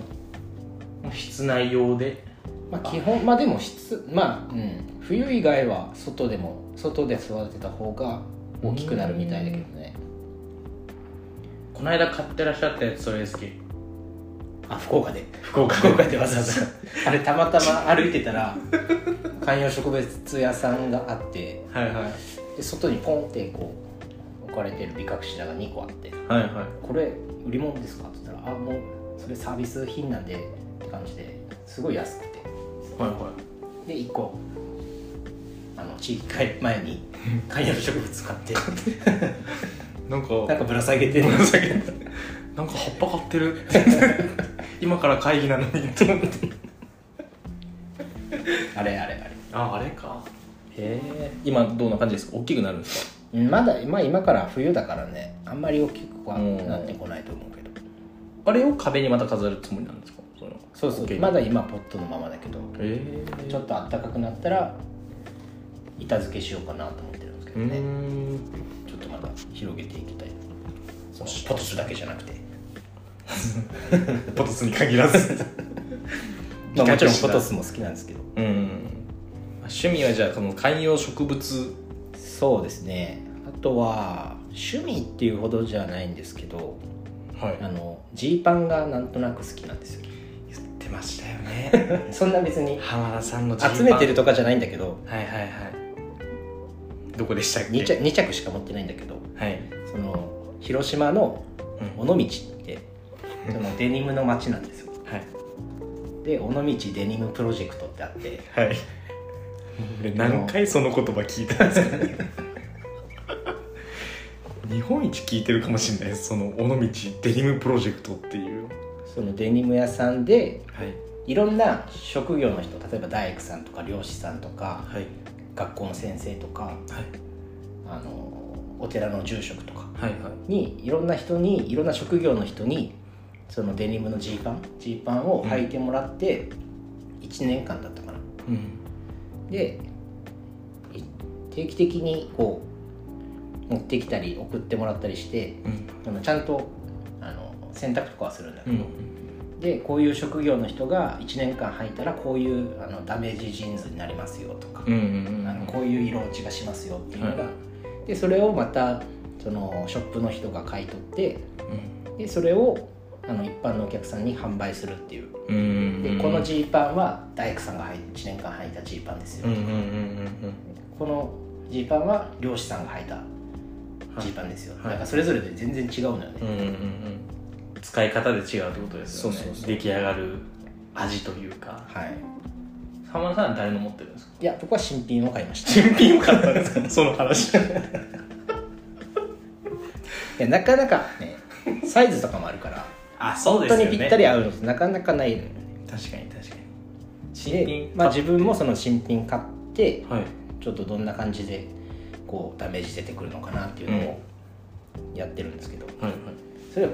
S2: 室内用で
S1: まあ、基本まあでも室まあ、うん、冬以外は外でも外で育てた方が大きくなるみたいだけどね
S2: この間買ってらっしゃったやつそれですけ
S1: あ福岡で
S2: 福岡
S1: 福岡でわざわざ あれたまたま歩いてたら観葉植物屋さんがあって
S2: はいはい
S1: で外にポンってこう置かれてる美覚シダが2個あって
S2: はいはい
S1: 「これ売り物ですか?」って言ったら「あもうそれサービス品なんで」って感じですごい安くて
S2: はいは
S1: で1個あの地域会前 に観葉植物買って
S2: いなんか
S1: なんかぶら下げてる
S2: なんか葉っぱ買って る今から会議なのにと思って
S1: あれあれあれ
S2: ああれかへえ今どんな感じですか大きくなるんですか
S1: うんまだ、まあ、今から冬だからねあんまり大きくは
S2: うん
S1: なってこないと思うけど
S2: あれを壁にまた飾るつもりなんですかその
S1: そうそう
S2: OK
S1: まだ今ポットのままだけど
S2: ええ
S1: ちょっと暖かくなったら板付けしようかなと思ってるんですけど
S2: う
S1: ね、
S2: ん
S1: ちょっとまだ広げていきたいそのポトスだけじゃなくて、
S2: ポトスに限らず
S1: まあ、もちろん
S2: 比較しな
S1: ポトスも好きなんですけど
S2: うん趣味はじゃあこの観葉植物
S1: そうですねあとは趣味っていうほどじゃないんですけど
S2: は
S1: あのジーパンがなんとなく好きなんですよ
S2: 言ってましたよね
S1: そんな別に
S2: 浜田さんのジーパン
S1: 集めてるとかじゃないんだけど
S2: はいはいはいどこでしたっけ
S1: 2着 ,2 着しか持ってないんだけど
S2: はい、
S1: その広島の尾道ってそのデニムの街なんですよ
S2: はい
S1: で尾道デニムプロジェクトってあって
S2: はい俺何回その言葉聞いたんですか日本一聞いてるかもしれないですその尾道デニムプロジェクトっていう
S1: そのデニム屋さんで
S2: はい
S1: いろんな職業の人例えば大工さんとか漁師さんとか
S2: はい
S1: 学校の先生とか
S2: はい
S1: あのお寺の住職とか
S2: はいはい
S1: にいろんな人にいろんな職業の人にそのデニムのジーパンジーパンを履いてもらって1年間だったかな
S2: うん
S1: でい定期的にこう持ってきたり送ってもらったりして
S2: うん
S1: あのちゃんとあの洗濯とかはするんだけ
S2: う
S1: ど、
S2: ん
S1: でこういう職業の人が1年間履いたらこういうあのダメージジーンズになりますよとか、
S2: うんうん
S1: あのこういう色落ちがしますよっていうのが、
S2: は
S1: でそれをまたそのショップの人が買い取って
S2: う
S1: でそれをあの一般のお客さんに販売するっていう
S2: うん
S1: でこのジーパンは大工さんが1年間履いたジーパンですよ、
S2: うんうんうんうん
S1: このジーパンは漁師さんが履いたジーパンですよ、
S2: はい
S1: なんかそれぞれで全然違うのよね、
S2: うんうんうんうん使い方で違うってことですよね
S1: そうそうそう
S2: 出来上がる味というか
S1: はい
S2: 浜田さんは誰の持ってるんですか
S1: いや僕は新品を買いましたい
S2: 新 品良かったですかその話
S1: やなかなかねサイズとかもあるから
S2: あそ
S1: 本
S2: うです
S1: 当
S2: よね
S1: にぴったり合うのってなかなかないのよね
S2: 確かに確か
S1: で
S2: に新品
S1: まあ、自分もその新品買って
S2: はい
S1: ちょっとどんな感じでこうダメージ出てくるのかなっていうのをやってるんですけど、
S2: はい
S1: それを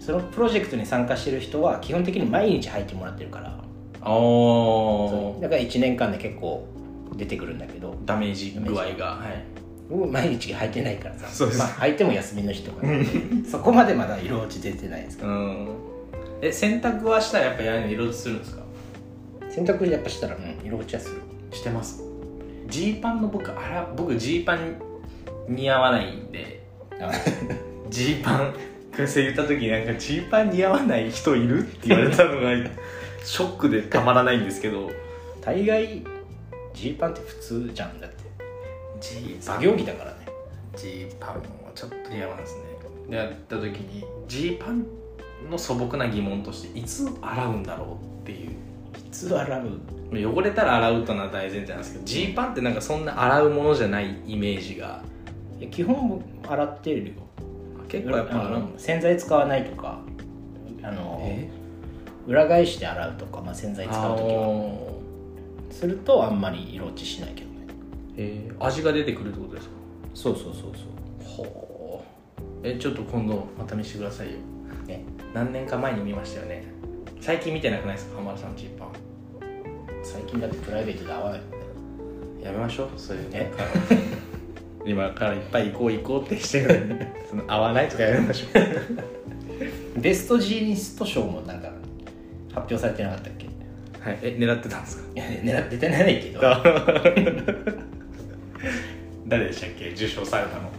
S1: そのプロジェクトに参加してる人は基本的に毎日履いてもらってるから
S2: はいあ
S1: だから1年間で結構出てくるんだけど
S2: あダメージ具合がはい
S1: 僕毎日履いてないからさ
S2: そうです
S1: まあ、履いても休みの日とかなんでそこまでまだ色落ち出てないですけ
S2: うんえ洗濯はしたらやっぱやるの色落ちするんですか
S1: ど洗濯やっぱしたら、うん、色落ちはする
S2: してますジーパンの僕あら僕ジーパン似合わないんで
S1: あ
S2: ジーパン先生言った時なんかジーパン似合わない人いるって言われたのがショックでたまらないんですけど
S1: 大概ジーパンって普通じゃんだって
S2: ジー
S1: 作業着だからね
S2: ジーパンはちょっと似合わないですねでやった時にジーパンの素朴な疑問としていつ洗うんだろうっていう
S1: 普通洗う
S2: 汚れたら洗うというのは大前提なんですけどジーパンってなんかそんな洗うものじゃないイメージが
S1: いや基本洗ってるよ
S2: 結構やっぱ洗う
S1: あ
S2: ん
S1: の
S2: です
S1: 洗剤使わないとかあの
S2: え
S1: 裏返して洗うとか、まあ、洗剤使う時は
S2: あー
S1: するとあんまり色落ちしないけどね
S2: えー味が出てくるってことですか
S1: そうそうそうそう
S2: ほうえちょっと今度また見せてくださいよ
S1: ね
S2: 何年か前に見ましたよね最近見てなくないですか浜田さんジーパン
S1: 最近だってプライベートで合わないもんね
S2: やめましょうそういう
S1: え
S2: ね今からいっぱい行こう行こうってしてるのにその合わないとかやめましょう
S1: ベストジーニスト賞もなんか発表されてなかったっけい
S2: はいえ狙ってたんですか
S1: や狙っててないけど
S2: 誰でしたっけ受賞されたの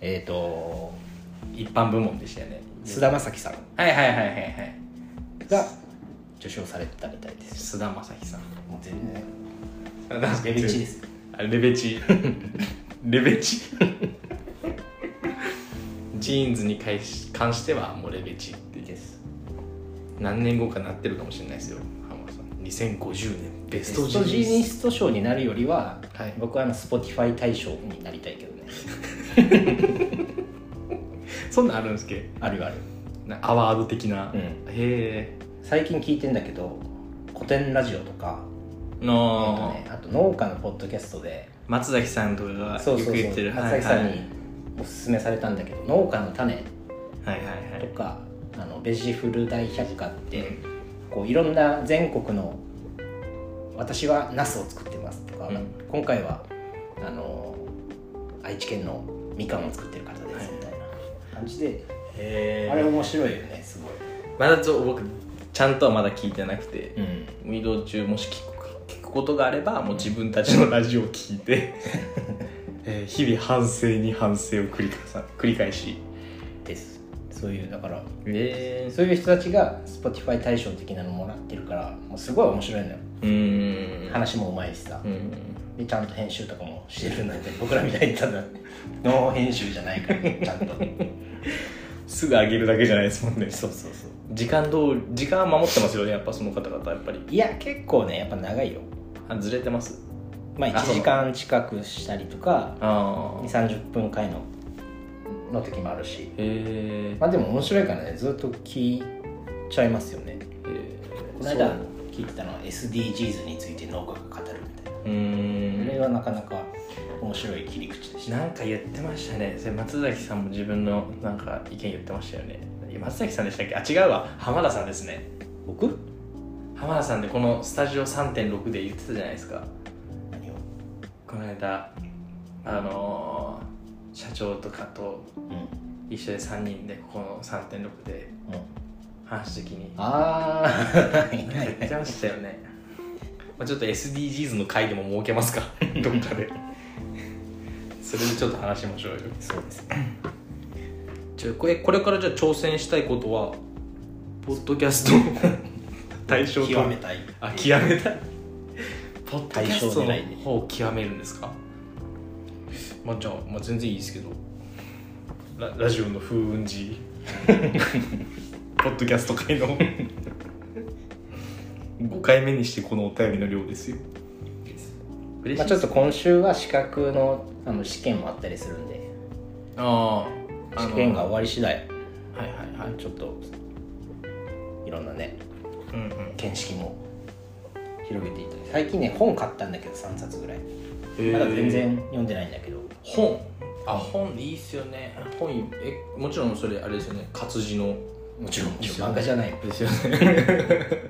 S1: えっと
S2: 一般部門でしたよね
S1: 菅田将暉さん
S2: はいはいはいはいはい
S1: が受賞されてたみたいです
S2: 菅田将暉さん
S1: もう全然
S2: レ
S1: レベチです
S2: あレベ チレベチジーンズに関し関してはもうレベチって
S1: です
S2: 何年後かなってるかもしれないですよ浜田さん2050年ベ
S1: ベ
S2: ス
S1: ス
S2: ト
S1: ト
S2: ジ
S1: ジ
S2: ーンズ
S1: ーニスト賞になるよりは、
S2: はい
S1: 僕はあの Spotify 大賞になりたいけどね
S2: そんなんあるんですっけ
S1: あるある
S2: なアワード的な、
S1: うん
S2: へえ
S1: 最近聞いてんだけど古典ラジオとかあと,、
S2: の、
S1: ね、あと農家のポッドキャストで
S2: 松崎さんとかがよ
S1: そうそうそ
S2: く
S1: う
S2: 言ってる
S1: 松崎さん
S2: は
S1: に
S2: い
S1: おすすめされたんだけど「農家の種
S2: はいはいは」
S1: と
S2: い
S1: か「あのベジフル大百科」って、
S2: うん
S1: こういろんな全国の「私はナスを作ってます」とか、
S2: うん
S1: 今回はあの愛知県のみかんを作ってる方ですみたいな感じで、
S2: へ
S1: あれ
S2: え
S1: 面白いよねすごい。
S2: まだちょ僕ちゃんとはまだ聞いてなくて
S1: うん
S2: 移動中もし聞く聞くことがあればもう自分たちのラジオを聞いて、 えー日々反省に反省を繰り返さ繰り返し
S1: ですそういうだから
S2: え
S1: そういう人たちが Spotify 大賞的なのもらってるからもうすごい面白いのよ
S2: うーん
S1: 話もうまいしさ、
S2: うん
S1: でちゃんと編集とかもしてるなんて僕らみたいにた だノー編集じゃないからちゃ んと
S2: すぐ上げるだけじゃないですもんね
S1: そうそうそう
S2: 時間どう時間は守ってますよねやっぱその方々やっぱり
S1: いや結構ねやっぱ長いよ
S2: あずれてます
S1: まあ
S2: あそう
S1: 1時間近くしたりとか
S2: あ
S1: 2 3
S2: あ
S1: 0分回のの時もあるし
S2: へえ
S1: まあでも面白いからねずっと聞いちゃいますよねこの間聞いてたのは SDGs について農家が語るみたいな
S2: うー
S1: それ
S2: ん
S1: はなかなか面白い切り口でした
S2: なんか言ってましたねそれ松崎さんも自分のなんか意見言ってましたよね松崎さんでしたっけあ違うわ浜田さんですね
S1: 僕
S2: 浜田さんでこのスタジオ3.6で言ってたじゃないですか
S1: 何を
S2: この間あのー社長とかと
S1: うん、うん、
S2: 一緒で3人でここの3.6で話した時に
S1: あ
S2: 言
S1: あ
S2: ってましたよねまあちょっと SDGs の回でも設けます かどっかでそれでちょっと話しましょうよ
S1: そうです
S2: じゃあこれこれからじゃあ挑戦したいことはポッドキャストの対象と
S1: 極めたい
S2: あ極めたいポッドキャスト
S1: 対象狙いで
S2: の方を極めるんですかまあじゃあ、まあ、全然いいですけど
S3: ララジオの風雲児ポッドキャスト界の5回目にしてこのお便りの量ですよ
S2: 嬉し
S1: ま
S2: い
S1: あ、
S2: で
S1: ちょっ
S2: す
S1: と今週は資格のあの試験もあったりするんで
S2: あああ
S1: 試
S2: の
S1: 験が終わり次第
S2: はいはいはい
S1: ちょっといろんなね
S2: うんうん
S1: 見識も広げていただいて最近ね本買ったんだけど3冊ぐらいまだ全然読んでないんだけど
S2: 本あ本いいっすよね本いいえもちろんそれあれですよね活字の
S1: もちろんもちろん漫画じゃない
S2: ですよね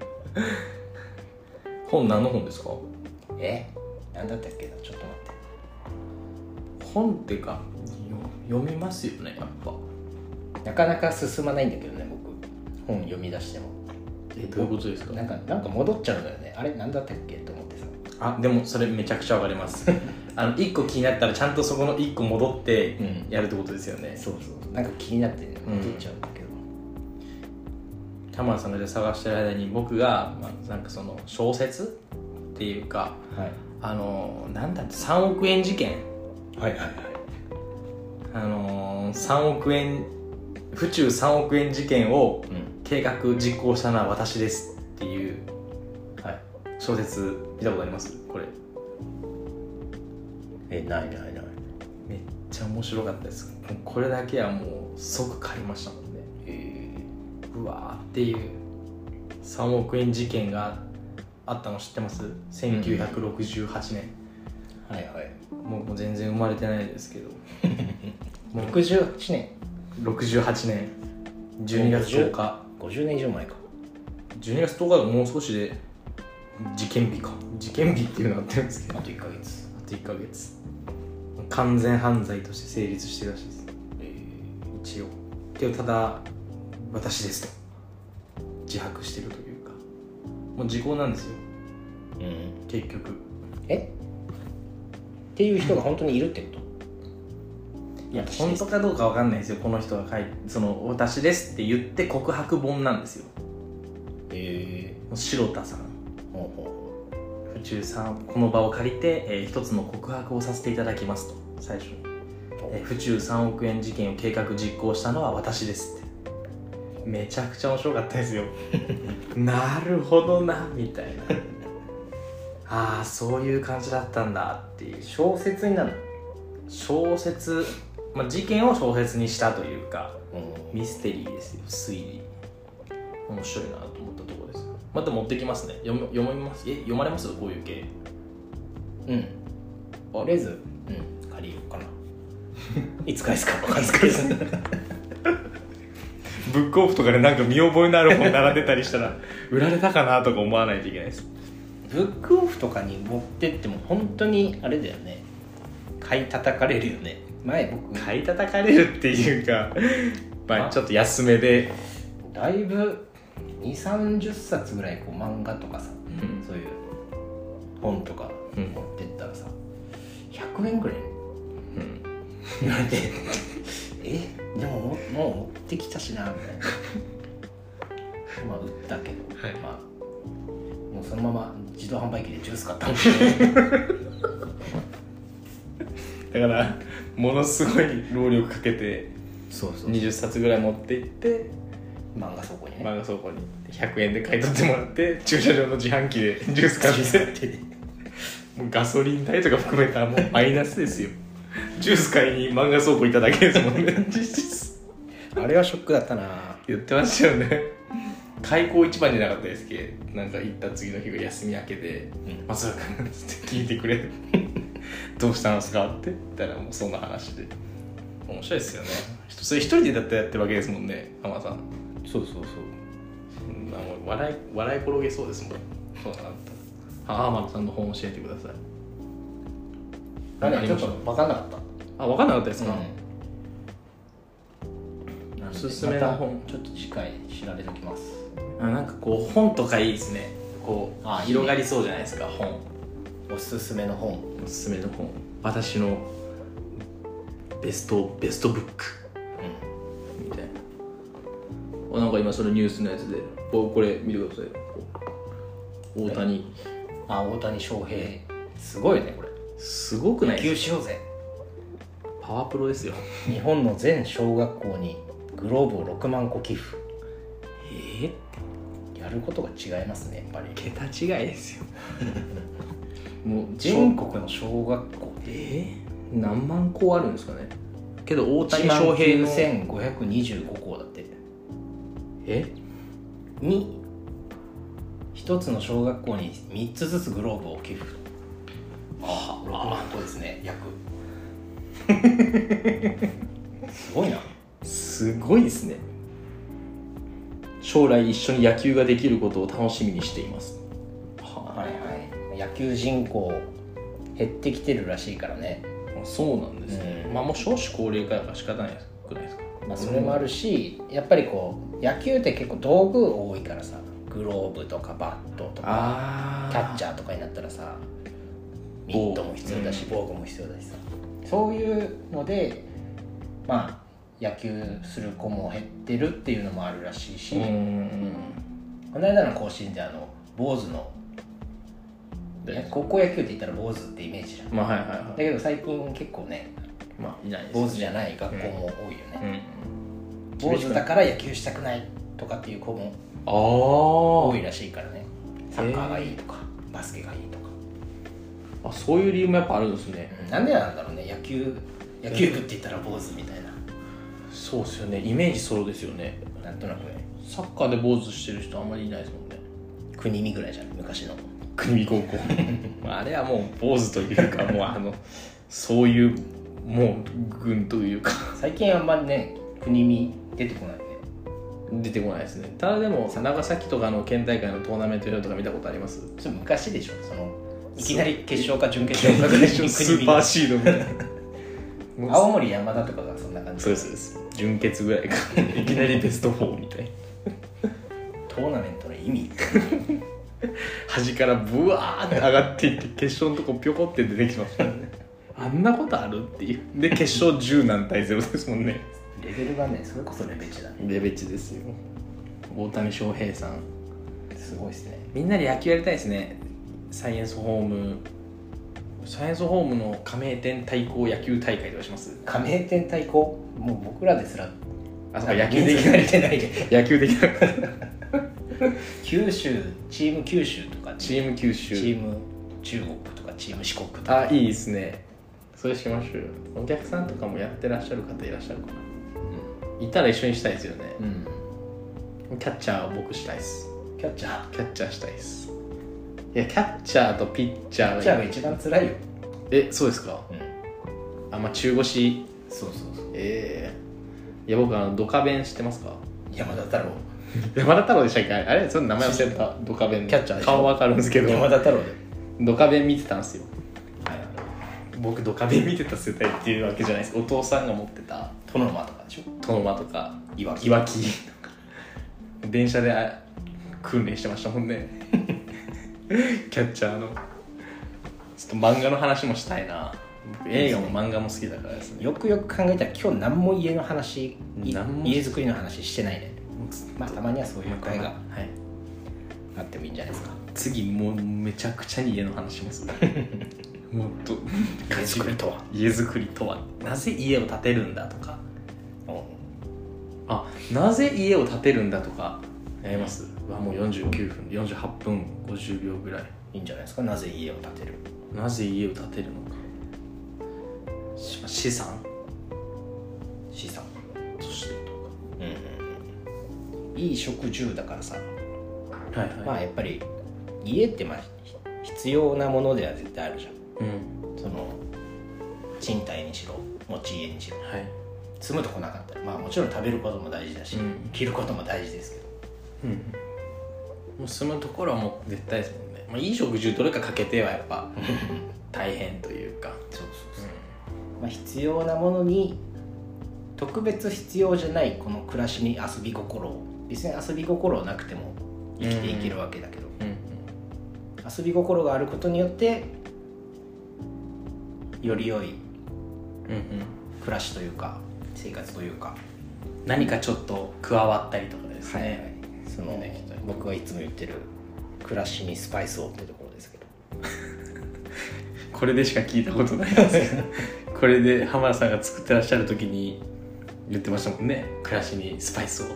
S2: 本何の本ですか
S1: えなんだったっけなちょっと待って
S2: 本ってかよ読みますよねやっぱ
S1: なかなか進まないんだけどね僕本読み出しても
S2: えどういうことですか
S1: なんかなんか戻っちゃうんだよねあれなんだったっけと思ってさ
S2: あでもそれめちゃくちゃわかります あの1個気になったらちゃんとそこの1個戻って
S1: うん
S2: やるってことですよね、
S1: そうそうなんか気になってね戻っちゃうんだけど、
S2: タマラさんが探してる間に僕が、まあ、なんかその小説っていうか
S1: はい
S2: あのなんだって3億円事件
S1: はいはいはい
S2: あの3億円府中3億円事件を
S1: うん
S2: 計画実行したのは私ですっていう
S1: はい
S2: 小説見たことありますこれ
S1: えないないない
S2: めっちゃ面白かったですもうこれだけはもう即買いましたもんね
S1: え
S2: うわーっていう3億円事件があったの知ってます1968年、
S1: ー、はいはい
S2: もうもう全然生まれてないですけどもう
S1: 68年
S2: 68年12月10日
S1: 50年以上前か
S2: 12月10日がもう少しで事件日か事件日っていうのがあってるんですけ
S1: あ
S2: ど
S1: と1か月
S2: あと1ヶ月完全犯罪として成立してるらしいです一応けどただ私ですと自白してるというかもう時効なんですよ
S1: うん
S2: 結局
S1: えっていう人が本当にいるってこと
S2: いや本当かどうかわかんないですよこの人が書いその私ですって言って告白本なんですよ
S1: え
S2: 白田さん
S1: えほうほ
S2: 府中さんこの場を借りて、えー一つの告白をさせていただきますと最初に、えー府中3億円事件を計画実行したのは私ですってめちゃくちゃ面白かったです よなるほどなみたいなああそういう感じだったんだっていう
S1: う小説になる
S2: 小説、まあ、事件を小説にしたというか
S1: の
S2: ミステリーですよ推理面白いなと思ったところですまた持ってきますね読む読みますえ読まれますこういう系
S1: うん、うん、
S2: あ
S1: とりあえず、うん、借りよう かないつ返すか分かんないけ ど
S3: ブックオフとかでなんか見覚えのある本並んでたりしたら売られたかなとか思わないといけないです
S1: ブックオフとかに持ってっても本当にあれだよね買い叩かれるよね前僕
S3: 買い叩かれるっていうかまあちょっと安めで
S1: だいぶ2 3 0冊ぐらいこう漫画とかさ、
S2: ん
S1: そういう本とか
S2: う
S1: 持
S2: ん
S1: ってったらさ、100円ぐらい
S2: うん
S1: 言われて えでももうもう持ってきたしなみたいな まあ売ったけど、
S3: はい
S1: まあもうそのまま自動販売機でジュース買ったもんね
S3: だからものすごい労力かけて
S1: そうそう
S3: 20冊ぐらい持って行って
S1: 漫画倉庫にね
S3: 漫画倉庫に100円で買い取ってもらって駐車場の自販機 でジュース買ってもうガソリン代とか含めたらもうマイナスですよジュース買いに漫画倉庫行っただけですも んね実質
S1: あれはショックだったな
S3: 言ってましたよね開口一番じゃなかったですけどなんか行った次の日が休み明けで
S1: うん
S3: 松坂君って聞いてくれ どうしたんですかって言ったらもうそんな話で面白いですよねそれ一人でだってやってるわけですもんね浜さん
S1: そうそうそう
S3: うんまあもう笑い笑い転げそうですもんそうなったら浜田さんの本教えてください
S1: あ
S3: あ
S1: れ
S3: り
S1: ち
S3: ま
S1: ょっ
S3: した
S1: と分かんなかった
S3: あ分かんなかったですか、
S1: うん
S3: おすすめの本
S1: またちょっと次回調べておきます
S2: あなんかこう本とかいいですねこう
S1: あいいね
S2: 広がりそうじゃないですか本
S1: おすすめの本
S2: おすすめの本私のベストベストブックみたいなあなんか今そのニュースのやつでここれ見てください大谷
S1: あ大谷翔平すごいねこれ
S2: すごくない
S1: 普及しようぜ
S2: パワープロですよ
S1: 日本の全小学校にグローブを6万個寄付
S2: ええ
S1: やることが違いますねやっぱり
S2: 桁違い ですよ
S1: もう全国の小学校で
S2: えー、何万校あるんですかねけど大
S1: 1
S2: 谷
S1: 万
S2: 翔平の
S1: 9525校だって
S2: え
S1: に一つの小学校に3つずつグローブを寄付はあ6万個ですね 約すごいな
S2: すごいですね将来一緒に野球ができることを楽しみにしていますは
S1: はいはい野球人口減ってきてるらしいからね
S2: いそうなんですね、
S1: うん
S2: まあもう少子高齢化やから仕方ないくないですか
S1: まあ、それもあるし、やっぱりこう野球って結構道具多いからさグローブとかバットとか
S2: あ
S1: キャッチャーとかになったらさミットも必要だし防具も必要だしさそういうのでまあ野球する子も減ってるっていうのもあるらしいし、
S2: うーん
S1: この間の更新であの坊主のいや高校野球って言ったら坊主ってイメージじゃんだ
S2: まあはいはいはい
S1: けど最近結構ね
S2: まあいないですね
S1: 坊主じゃない学校も多いよ
S2: う
S1: ね、
S2: ん
S1: 坊主だから野球したくないとかっていう子も
S2: あ
S1: 多い
S2: ー
S1: らしいからねサッカーがいいとか、バスケがいいとか、
S2: あそういう理由もやっぱあるんですね
S1: うんなんでなんだろうね野球野球部って言ったら坊主みたいな、
S2: そうですよねイメージそうですよね
S1: なんとなくね
S2: サッカーで坊主してる人あんまりいないですもんね
S1: 国見ぐらいじゃん昔の
S3: 国見高校
S2: あれはもう坊主というかもうあのそういうもう軍というか
S1: 最近あんまりね国見出てこないね
S2: 出てこないですねただでも長崎とかの県大会のトーナメントとか見たことあり ます
S1: それ昔でしょそのいきなり決勝か準決勝かぐら いに国見
S3: スーパーシードみたいな
S1: 青森山田とかがそんな感じ
S2: そうですそうです準決ぐらいかいきなりベスト4みたいな
S1: トーナメントの意味
S2: 端からブワーって上がっていって決勝のとこピョコって出てきますからねあんなことあるっていうで決勝10何対0ですもんね
S1: レベルがねそれこそレベチだね
S2: レベチですよ大谷翔平さん
S1: すごいですね
S2: みんなで野球やりたいですねサイエンスホームサイエンスホームの加盟店対抗野球大会とかします
S1: 加盟店対抗もう僕らですら
S2: あそう
S1: な
S2: か
S1: ん
S2: 野
S1: か
S2: 球できない
S1: 人数足りてないで
S2: 野球できない
S1: 九州チーム九州とか
S2: チーム九州
S1: チーム中国とかチーム四国とか
S2: あいいですねそれしましょうよお客さんとかもやってらっしゃる方いらっしゃるかないたら一緒にしたいですよね
S1: うん、
S2: キャッチャーは僕したいです
S1: キャッチャー
S2: キャッチャーしたいですいやキャッチャーとピッチャー
S1: キャ
S2: が
S1: ッチャーが一番辛いよ、
S2: えそうですかあまあ中腰
S1: そうそうそう
S2: ええいや僕あのドカベン知ってますか
S1: 山田太郎
S2: 山田太郎でしたっけあれあれその名前忘れたドカベンの
S1: キャッチャーでしょ
S2: 顔わかるんですけど
S1: 山田太郎で
S2: ドカベン見てたんですよ僕ドカベン見てた世代っていうわけじゃないですお父さんが持ってた
S1: 殿間とかでしょ
S2: トノマとか
S1: いわき
S2: いわき電車であ訓練してましたもんね キャッチャーのちょっと漫画の話もしたいな僕映画も漫画も好きだからですね
S1: よくよく考えたら今日何も家の話い
S2: 何も
S1: 家づくりの話してないねまあたまにはそういう会が
S2: はい
S1: あってもいいんじゃないですか
S2: 次もうめちゃくちゃに家の話 もするもっと
S1: 家づくりとは
S2: 家づくりとはなぜ家を建てるんだとか
S1: う
S2: あなぜ家を建てるんだとかやりますうわもう49分48分50秒ぐらい
S1: んいいんじゃないですかなぜ家を建てる
S2: なぜ家を建てるのかし資産
S1: 資産
S2: として
S1: うんうんうんいい食住だからさ
S2: とかはいはい、
S1: まあやっぱり家ってまあひ必要なものでは絶対あるじゃん
S2: うん
S1: その賃貸にしろ持ち家にしろ
S2: はい
S1: 住むとこなかったらまあもちろん食べることも大事だし、
S2: うん
S1: 着ることも大事ですけど
S2: うんもう住むところはもう絶対ですもんね、まあ、いい食住どれかかけてはやっ ぱ大変というか
S1: そうそうそう、まあ、必要なものに特別必要じゃないこの暮らしに遊び心を別に遊び心なくても生きていけるわけだけど、
S2: うん
S1: 遊び心があることによってより良い
S2: うんうん
S1: 暮らしというか生活というか、
S2: 何かちょっと加わったりとかです
S1: はい
S2: ね、
S1: その
S2: ねきっと
S1: 僕はいつも言ってる暮らしにスパイスをってところですけど
S2: これでしか聞いたことないですけど
S3: これで浜田さんが作ってらっしゃる時に言ってましたもんね暮らしにスパイスをって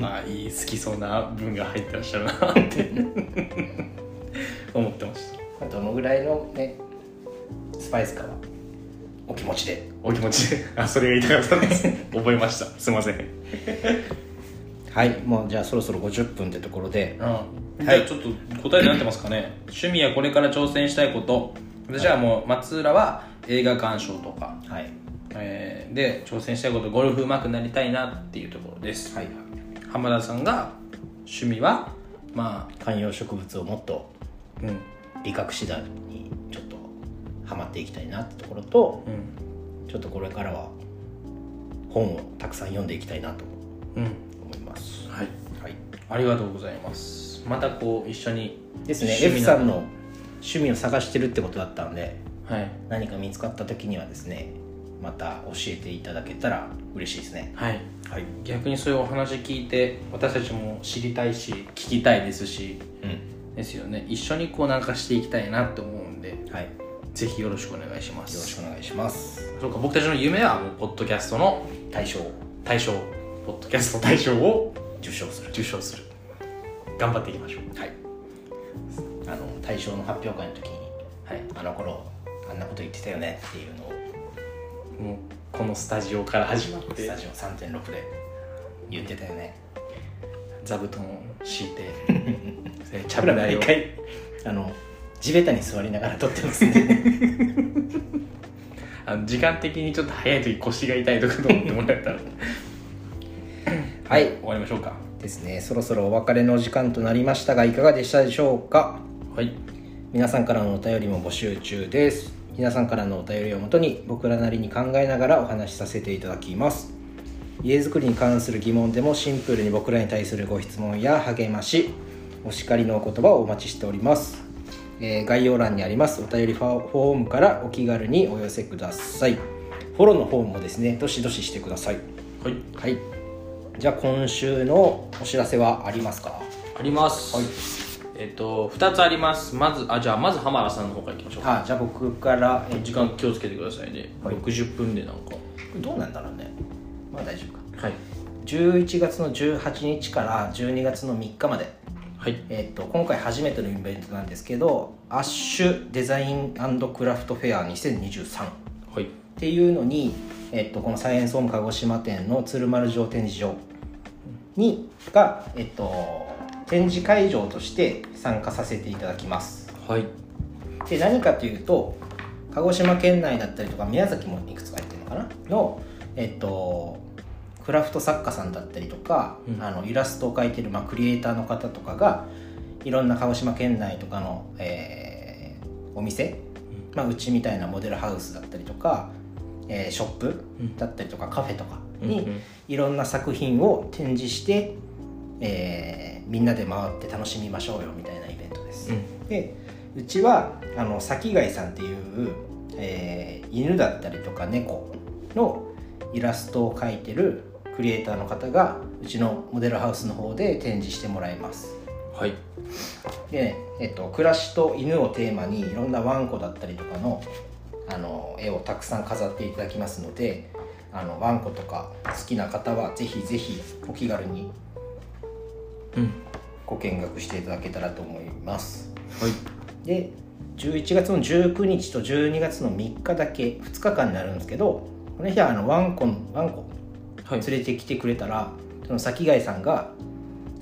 S3: まあいい好きそうな文が入ってらっしゃるなって思ってました
S1: どのぐらいのねスパイスかはお気持ちで
S3: お気持ちであそれが言いたかったんです覚えましたすいません
S1: はいもうじゃあそろそろ50分ってところで
S2: うん、じゃあちょっと答えになってますかね趣味やこれから挑戦したいこと私はもう松浦は映画鑑賞とか、
S1: はい
S2: えーで挑戦したいことゴルフ上手くなりたいなっていうところです、
S1: はい
S2: 浜田さんが趣味はまあ
S1: 観葉植物をもっと
S2: うん
S1: 理学師団にちょっとハマっていきたいなってところと
S2: うん
S1: ちょっとこれからは本をたくさん読んでいきたいなと
S2: うん
S1: 思います
S2: はい
S1: はい
S2: ありがとうございますまたこう一緒に
S1: ですね
S2: 趣
S1: F
S2: 味
S1: さ
S2: なん
S1: の趣味を探してるってことだったので
S2: はい
S1: 何か見つかった時にはですねまた教えていただけたら嬉しいですね
S2: はい
S1: はい
S2: 逆にそういうお話聞いて私たちも知りたいし聞きたいですし
S1: うん
S2: ですよね一緒にこうなんかしていきたいなと思うんで
S1: はいよ
S2: ぜひよろしくお願いしま
S1: ろし
S2: す
S1: くお願いします
S2: そうか僕たちの夢はもうポッドキャストの
S1: 大賞を
S2: 大賞ポッドキャスト大賞を
S1: 受賞する
S2: 受賞する頑張っていきましょう
S1: はいあの大賞の発表会の時に
S2: はい
S1: あの頃あんなこと言ってたよねっていうのを
S2: もうこのスタジオから始まっ
S1: ス
S2: て
S1: タジオ3.6で言ってたよね
S2: 座布団を敷い てでち
S1: ちゃ
S2: ゃ
S1: ぶ
S2: ぶ
S1: ら
S2: 台
S1: 毎
S2: を
S1: 回あの地べたに座りながら撮ってます ね
S2: あの時間的にちょっと早い時腰が痛いとかと思ってもらえたら
S1: はい
S2: 終わりましょうか
S1: ですねそろそろお別れの時間となりましたがいかがでしたでしょうか
S2: はい
S1: 皆さんからのお便りも募集中です皆さんからのお便りをもとに僕らなりに考えながらお話しさせていただきます家づくりに関する疑問でもシンプルに僕らに対するご質問や励ましお叱りのお言葉をお待ちしております、えー概要欄にありますお便りフォフォームからお気軽にお寄せくださいフォローのフォームもですねどしどししてください
S2: はい
S1: はいじゃあ今週のお知らせはありますか
S2: あります、えっ、と2つありますまずあじゃあまず浜田さんの方からいきましょうか
S1: はいじゃあ僕から、えー
S2: 時間気をつけてくださいね、60分でなんか
S1: どうなんだろうねまあ大丈夫か
S2: はい
S1: 11月の18日から12月の3日まで、
S2: はい
S1: えっと今回初めてのイベントなんですけどアッシュデザインクラフトフェア2023っ
S2: はい
S1: ていうのに、えっとこのサイエンスホーム鹿児島店の鶴丸城展示場にが、えっと展示会場として参加させていただきます
S2: はい
S1: で何かというと鹿児島県内だったりとか宮崎もいくつか入ってるのかなのえっとクラフト作家さんだったりとか、
S2: うん
S1: あのイラストを描いてる、まあ、クリエイターの方とかがいろんな鹿児島県内とかの、えーお店、まあ、うちみたいなモデルハウスだったりとか、えーショップ
S2: うん
S1: だったりとかカフェとか
S2: うんう
S1: に
S2: ん
S1: いろんな作品を展示して、えーみんなで回って楽しみましょうよみたいなイベントです。でうちはあの咲貝さんっていう、えー犬だったりとか猫のイラストを描いてるクリエイターの方がうちのモデルハウスの方で展示してもらいます
S2: はい
S1: でね、えっと、暮らしと犬をテーマにいろんなワンコだったりとかのあの絵をたくさん飾っていただきますのであのワンコとか好きな方はぜひぜひお気軽に
S2: うん
S1: ご見学していただけたらと思います
S2: はい
S1: で11月の19日と12月の3日だけ2日間になるんですけどこの日はあのワンコワンコ
S2: はい
S1: 連れてきてくれたらその先貝さんが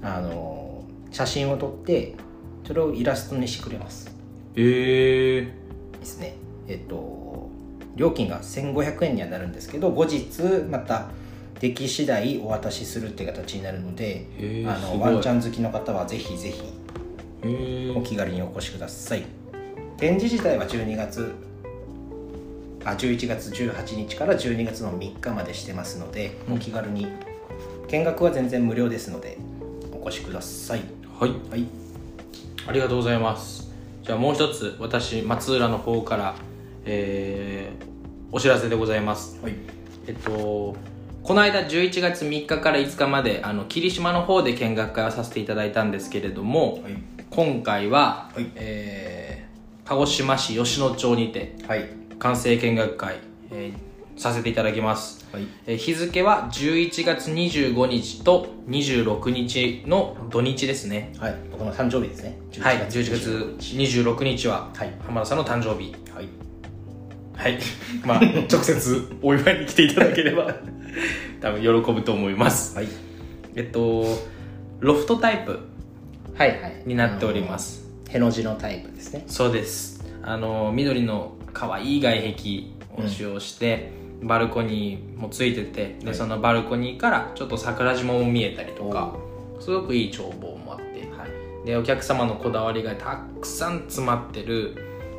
S1: あの写真を撮ってそれをイラストにしてくれます
S2: ええ
S1: ですねえっと料金が1500円にはなるんですけど後日また出来次第お渡しするっていう形になるので、
S2: へー
S1: あ
S2: す
S1: の
S2: ごい
S1: ワンちゃん好きの方はぜひぜひ
S2: え
S1: お気軽にお越しください展示自体は12月あ11月18日から12月の3日までしてますので、
S2: うん
S1: お気軽に見学は全然無料ですのでお越しください
S2: はい
S1: はい
S2: ありがとうございますじゃあもう一つ私松浦の方からえーお知らせでございます
S1: はい
S2: えっとこの間11月3日から5日まであの霧島の方で見学会をさせていただいたんですけれども、
S1: はい
S2: 今回は、
S1: はい
S2: えー鹿児島市吉野町にて
S1: はい
S2: 完成見学会、えーさせていただきます、
S1: はい
S2: えー日付は11月25日と26日の土日ですね
S1: はい僕の誕生日ですね
S2: はい11月26日は
S1: はい
S2: 浜田さんの誕生日
S1: はい
S2: はい
S3: まあ直接お祝いに来ていただけれ ば多分喜ぶと思います
S1: はい
S2: えっとロフトタイプ
S1: はいはい
S2: になっております、
S1: への字のタイプですね
S2: そうですあの緑の可愛い外壁を使用して、バルコニーもついててで、
S1: はい
S2: そのバルコニーからちょっと桜島も見えたりとかすごくいい眺望もあって、でお客様のこだわりがたくさん詰まってる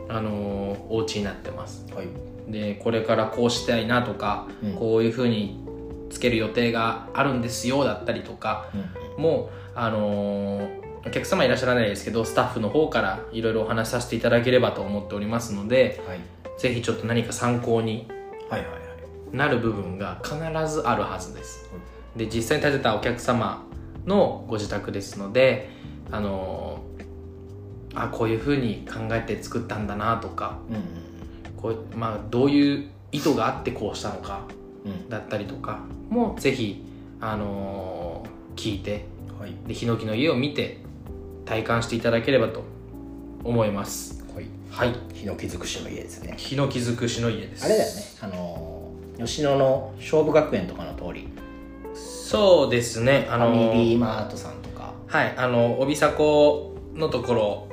S2: あのーお家になってます
S1: はい
S2: でこれからこうしたいなとか、
S1: うん
S2: こういうふうにつける予定があるんですよだったりとか、もう、あのーお客様いらっしゃらないですけどスタッフの方からいろいろお話しさせていただければと思っておりますので
S1: はい
S2: ぜひちょっと何か参考に
S1: はいはいはい
S2: なる部分が必ずあるはずですで実際に建てたお客様のご自宅ですのであのーあこういうふうに考えて作ったんだなとか
S1: うん
S2: こう、まあ、どういう意図があってこうしたのか
S1: うん
S2: だったりとかもぜひ、あのー聞いて
S1: うんはい
S2: でヒノキの家を見て体感していただければと思います
S1: はい
S2: はい
S1: ヒノキ尽くしの家ですね
S2: ヒノキ尽くしの家です
S1: あれだよねあのー吉野の勝負学園とかの通り
S2: そうですねあ
S1: ファ
S2: の
S1: ミリーマートさんとか
S2: はいあの帯迫のところ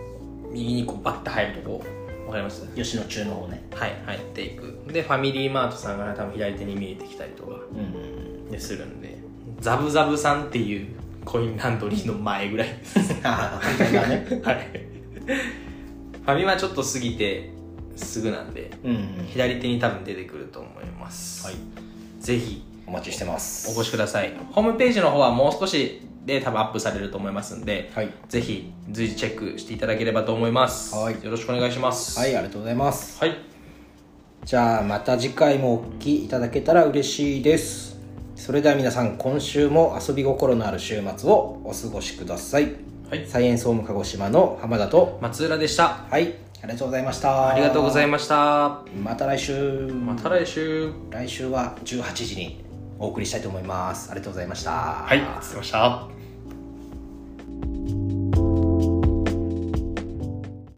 S2: 右にこうバッて入るとこわかります
S1: 吉野中の方ね
S2: はい入っていくでファミリーマートさんが多分左手に見えてきたりとか
S1: うん
S2: でするんでザブザブさんっていうコインランドリーの前ぐらいで す
S1: ああ本当だね
S2: はいファミマちょっと過ぎてすぐなんで
S1: うん
S2: 左手に多分出てくると思います、
S1: はい
S2: ぜひ
S1: お待ちしてます
S2: お越しくださいホームページの方はもう少しで多分アップされると思いますんで、
S1: はい
S2: ぜひ随時チェックしていただければと思います、
S1: はい
S2: よろしくお願いします
S1: はいありがとうございます
S2: はい
S1: じゃあまた次回もお聞きいただけたら嬉しいですそれでは皆さん今週も遊び心のある週末をお過ごしください、
S2: はい
S1: サイエンスホーム鹿児島の浜田と
S2: 松浦でした
S1: はいありがとうございました
S2: ありがとうござい
S1: ま
S2: ました
S1: すまた来週
S2: また来週
S1: 来週は18時にお送りしたいと思いますありがとうございました
S3: はいありがとうございました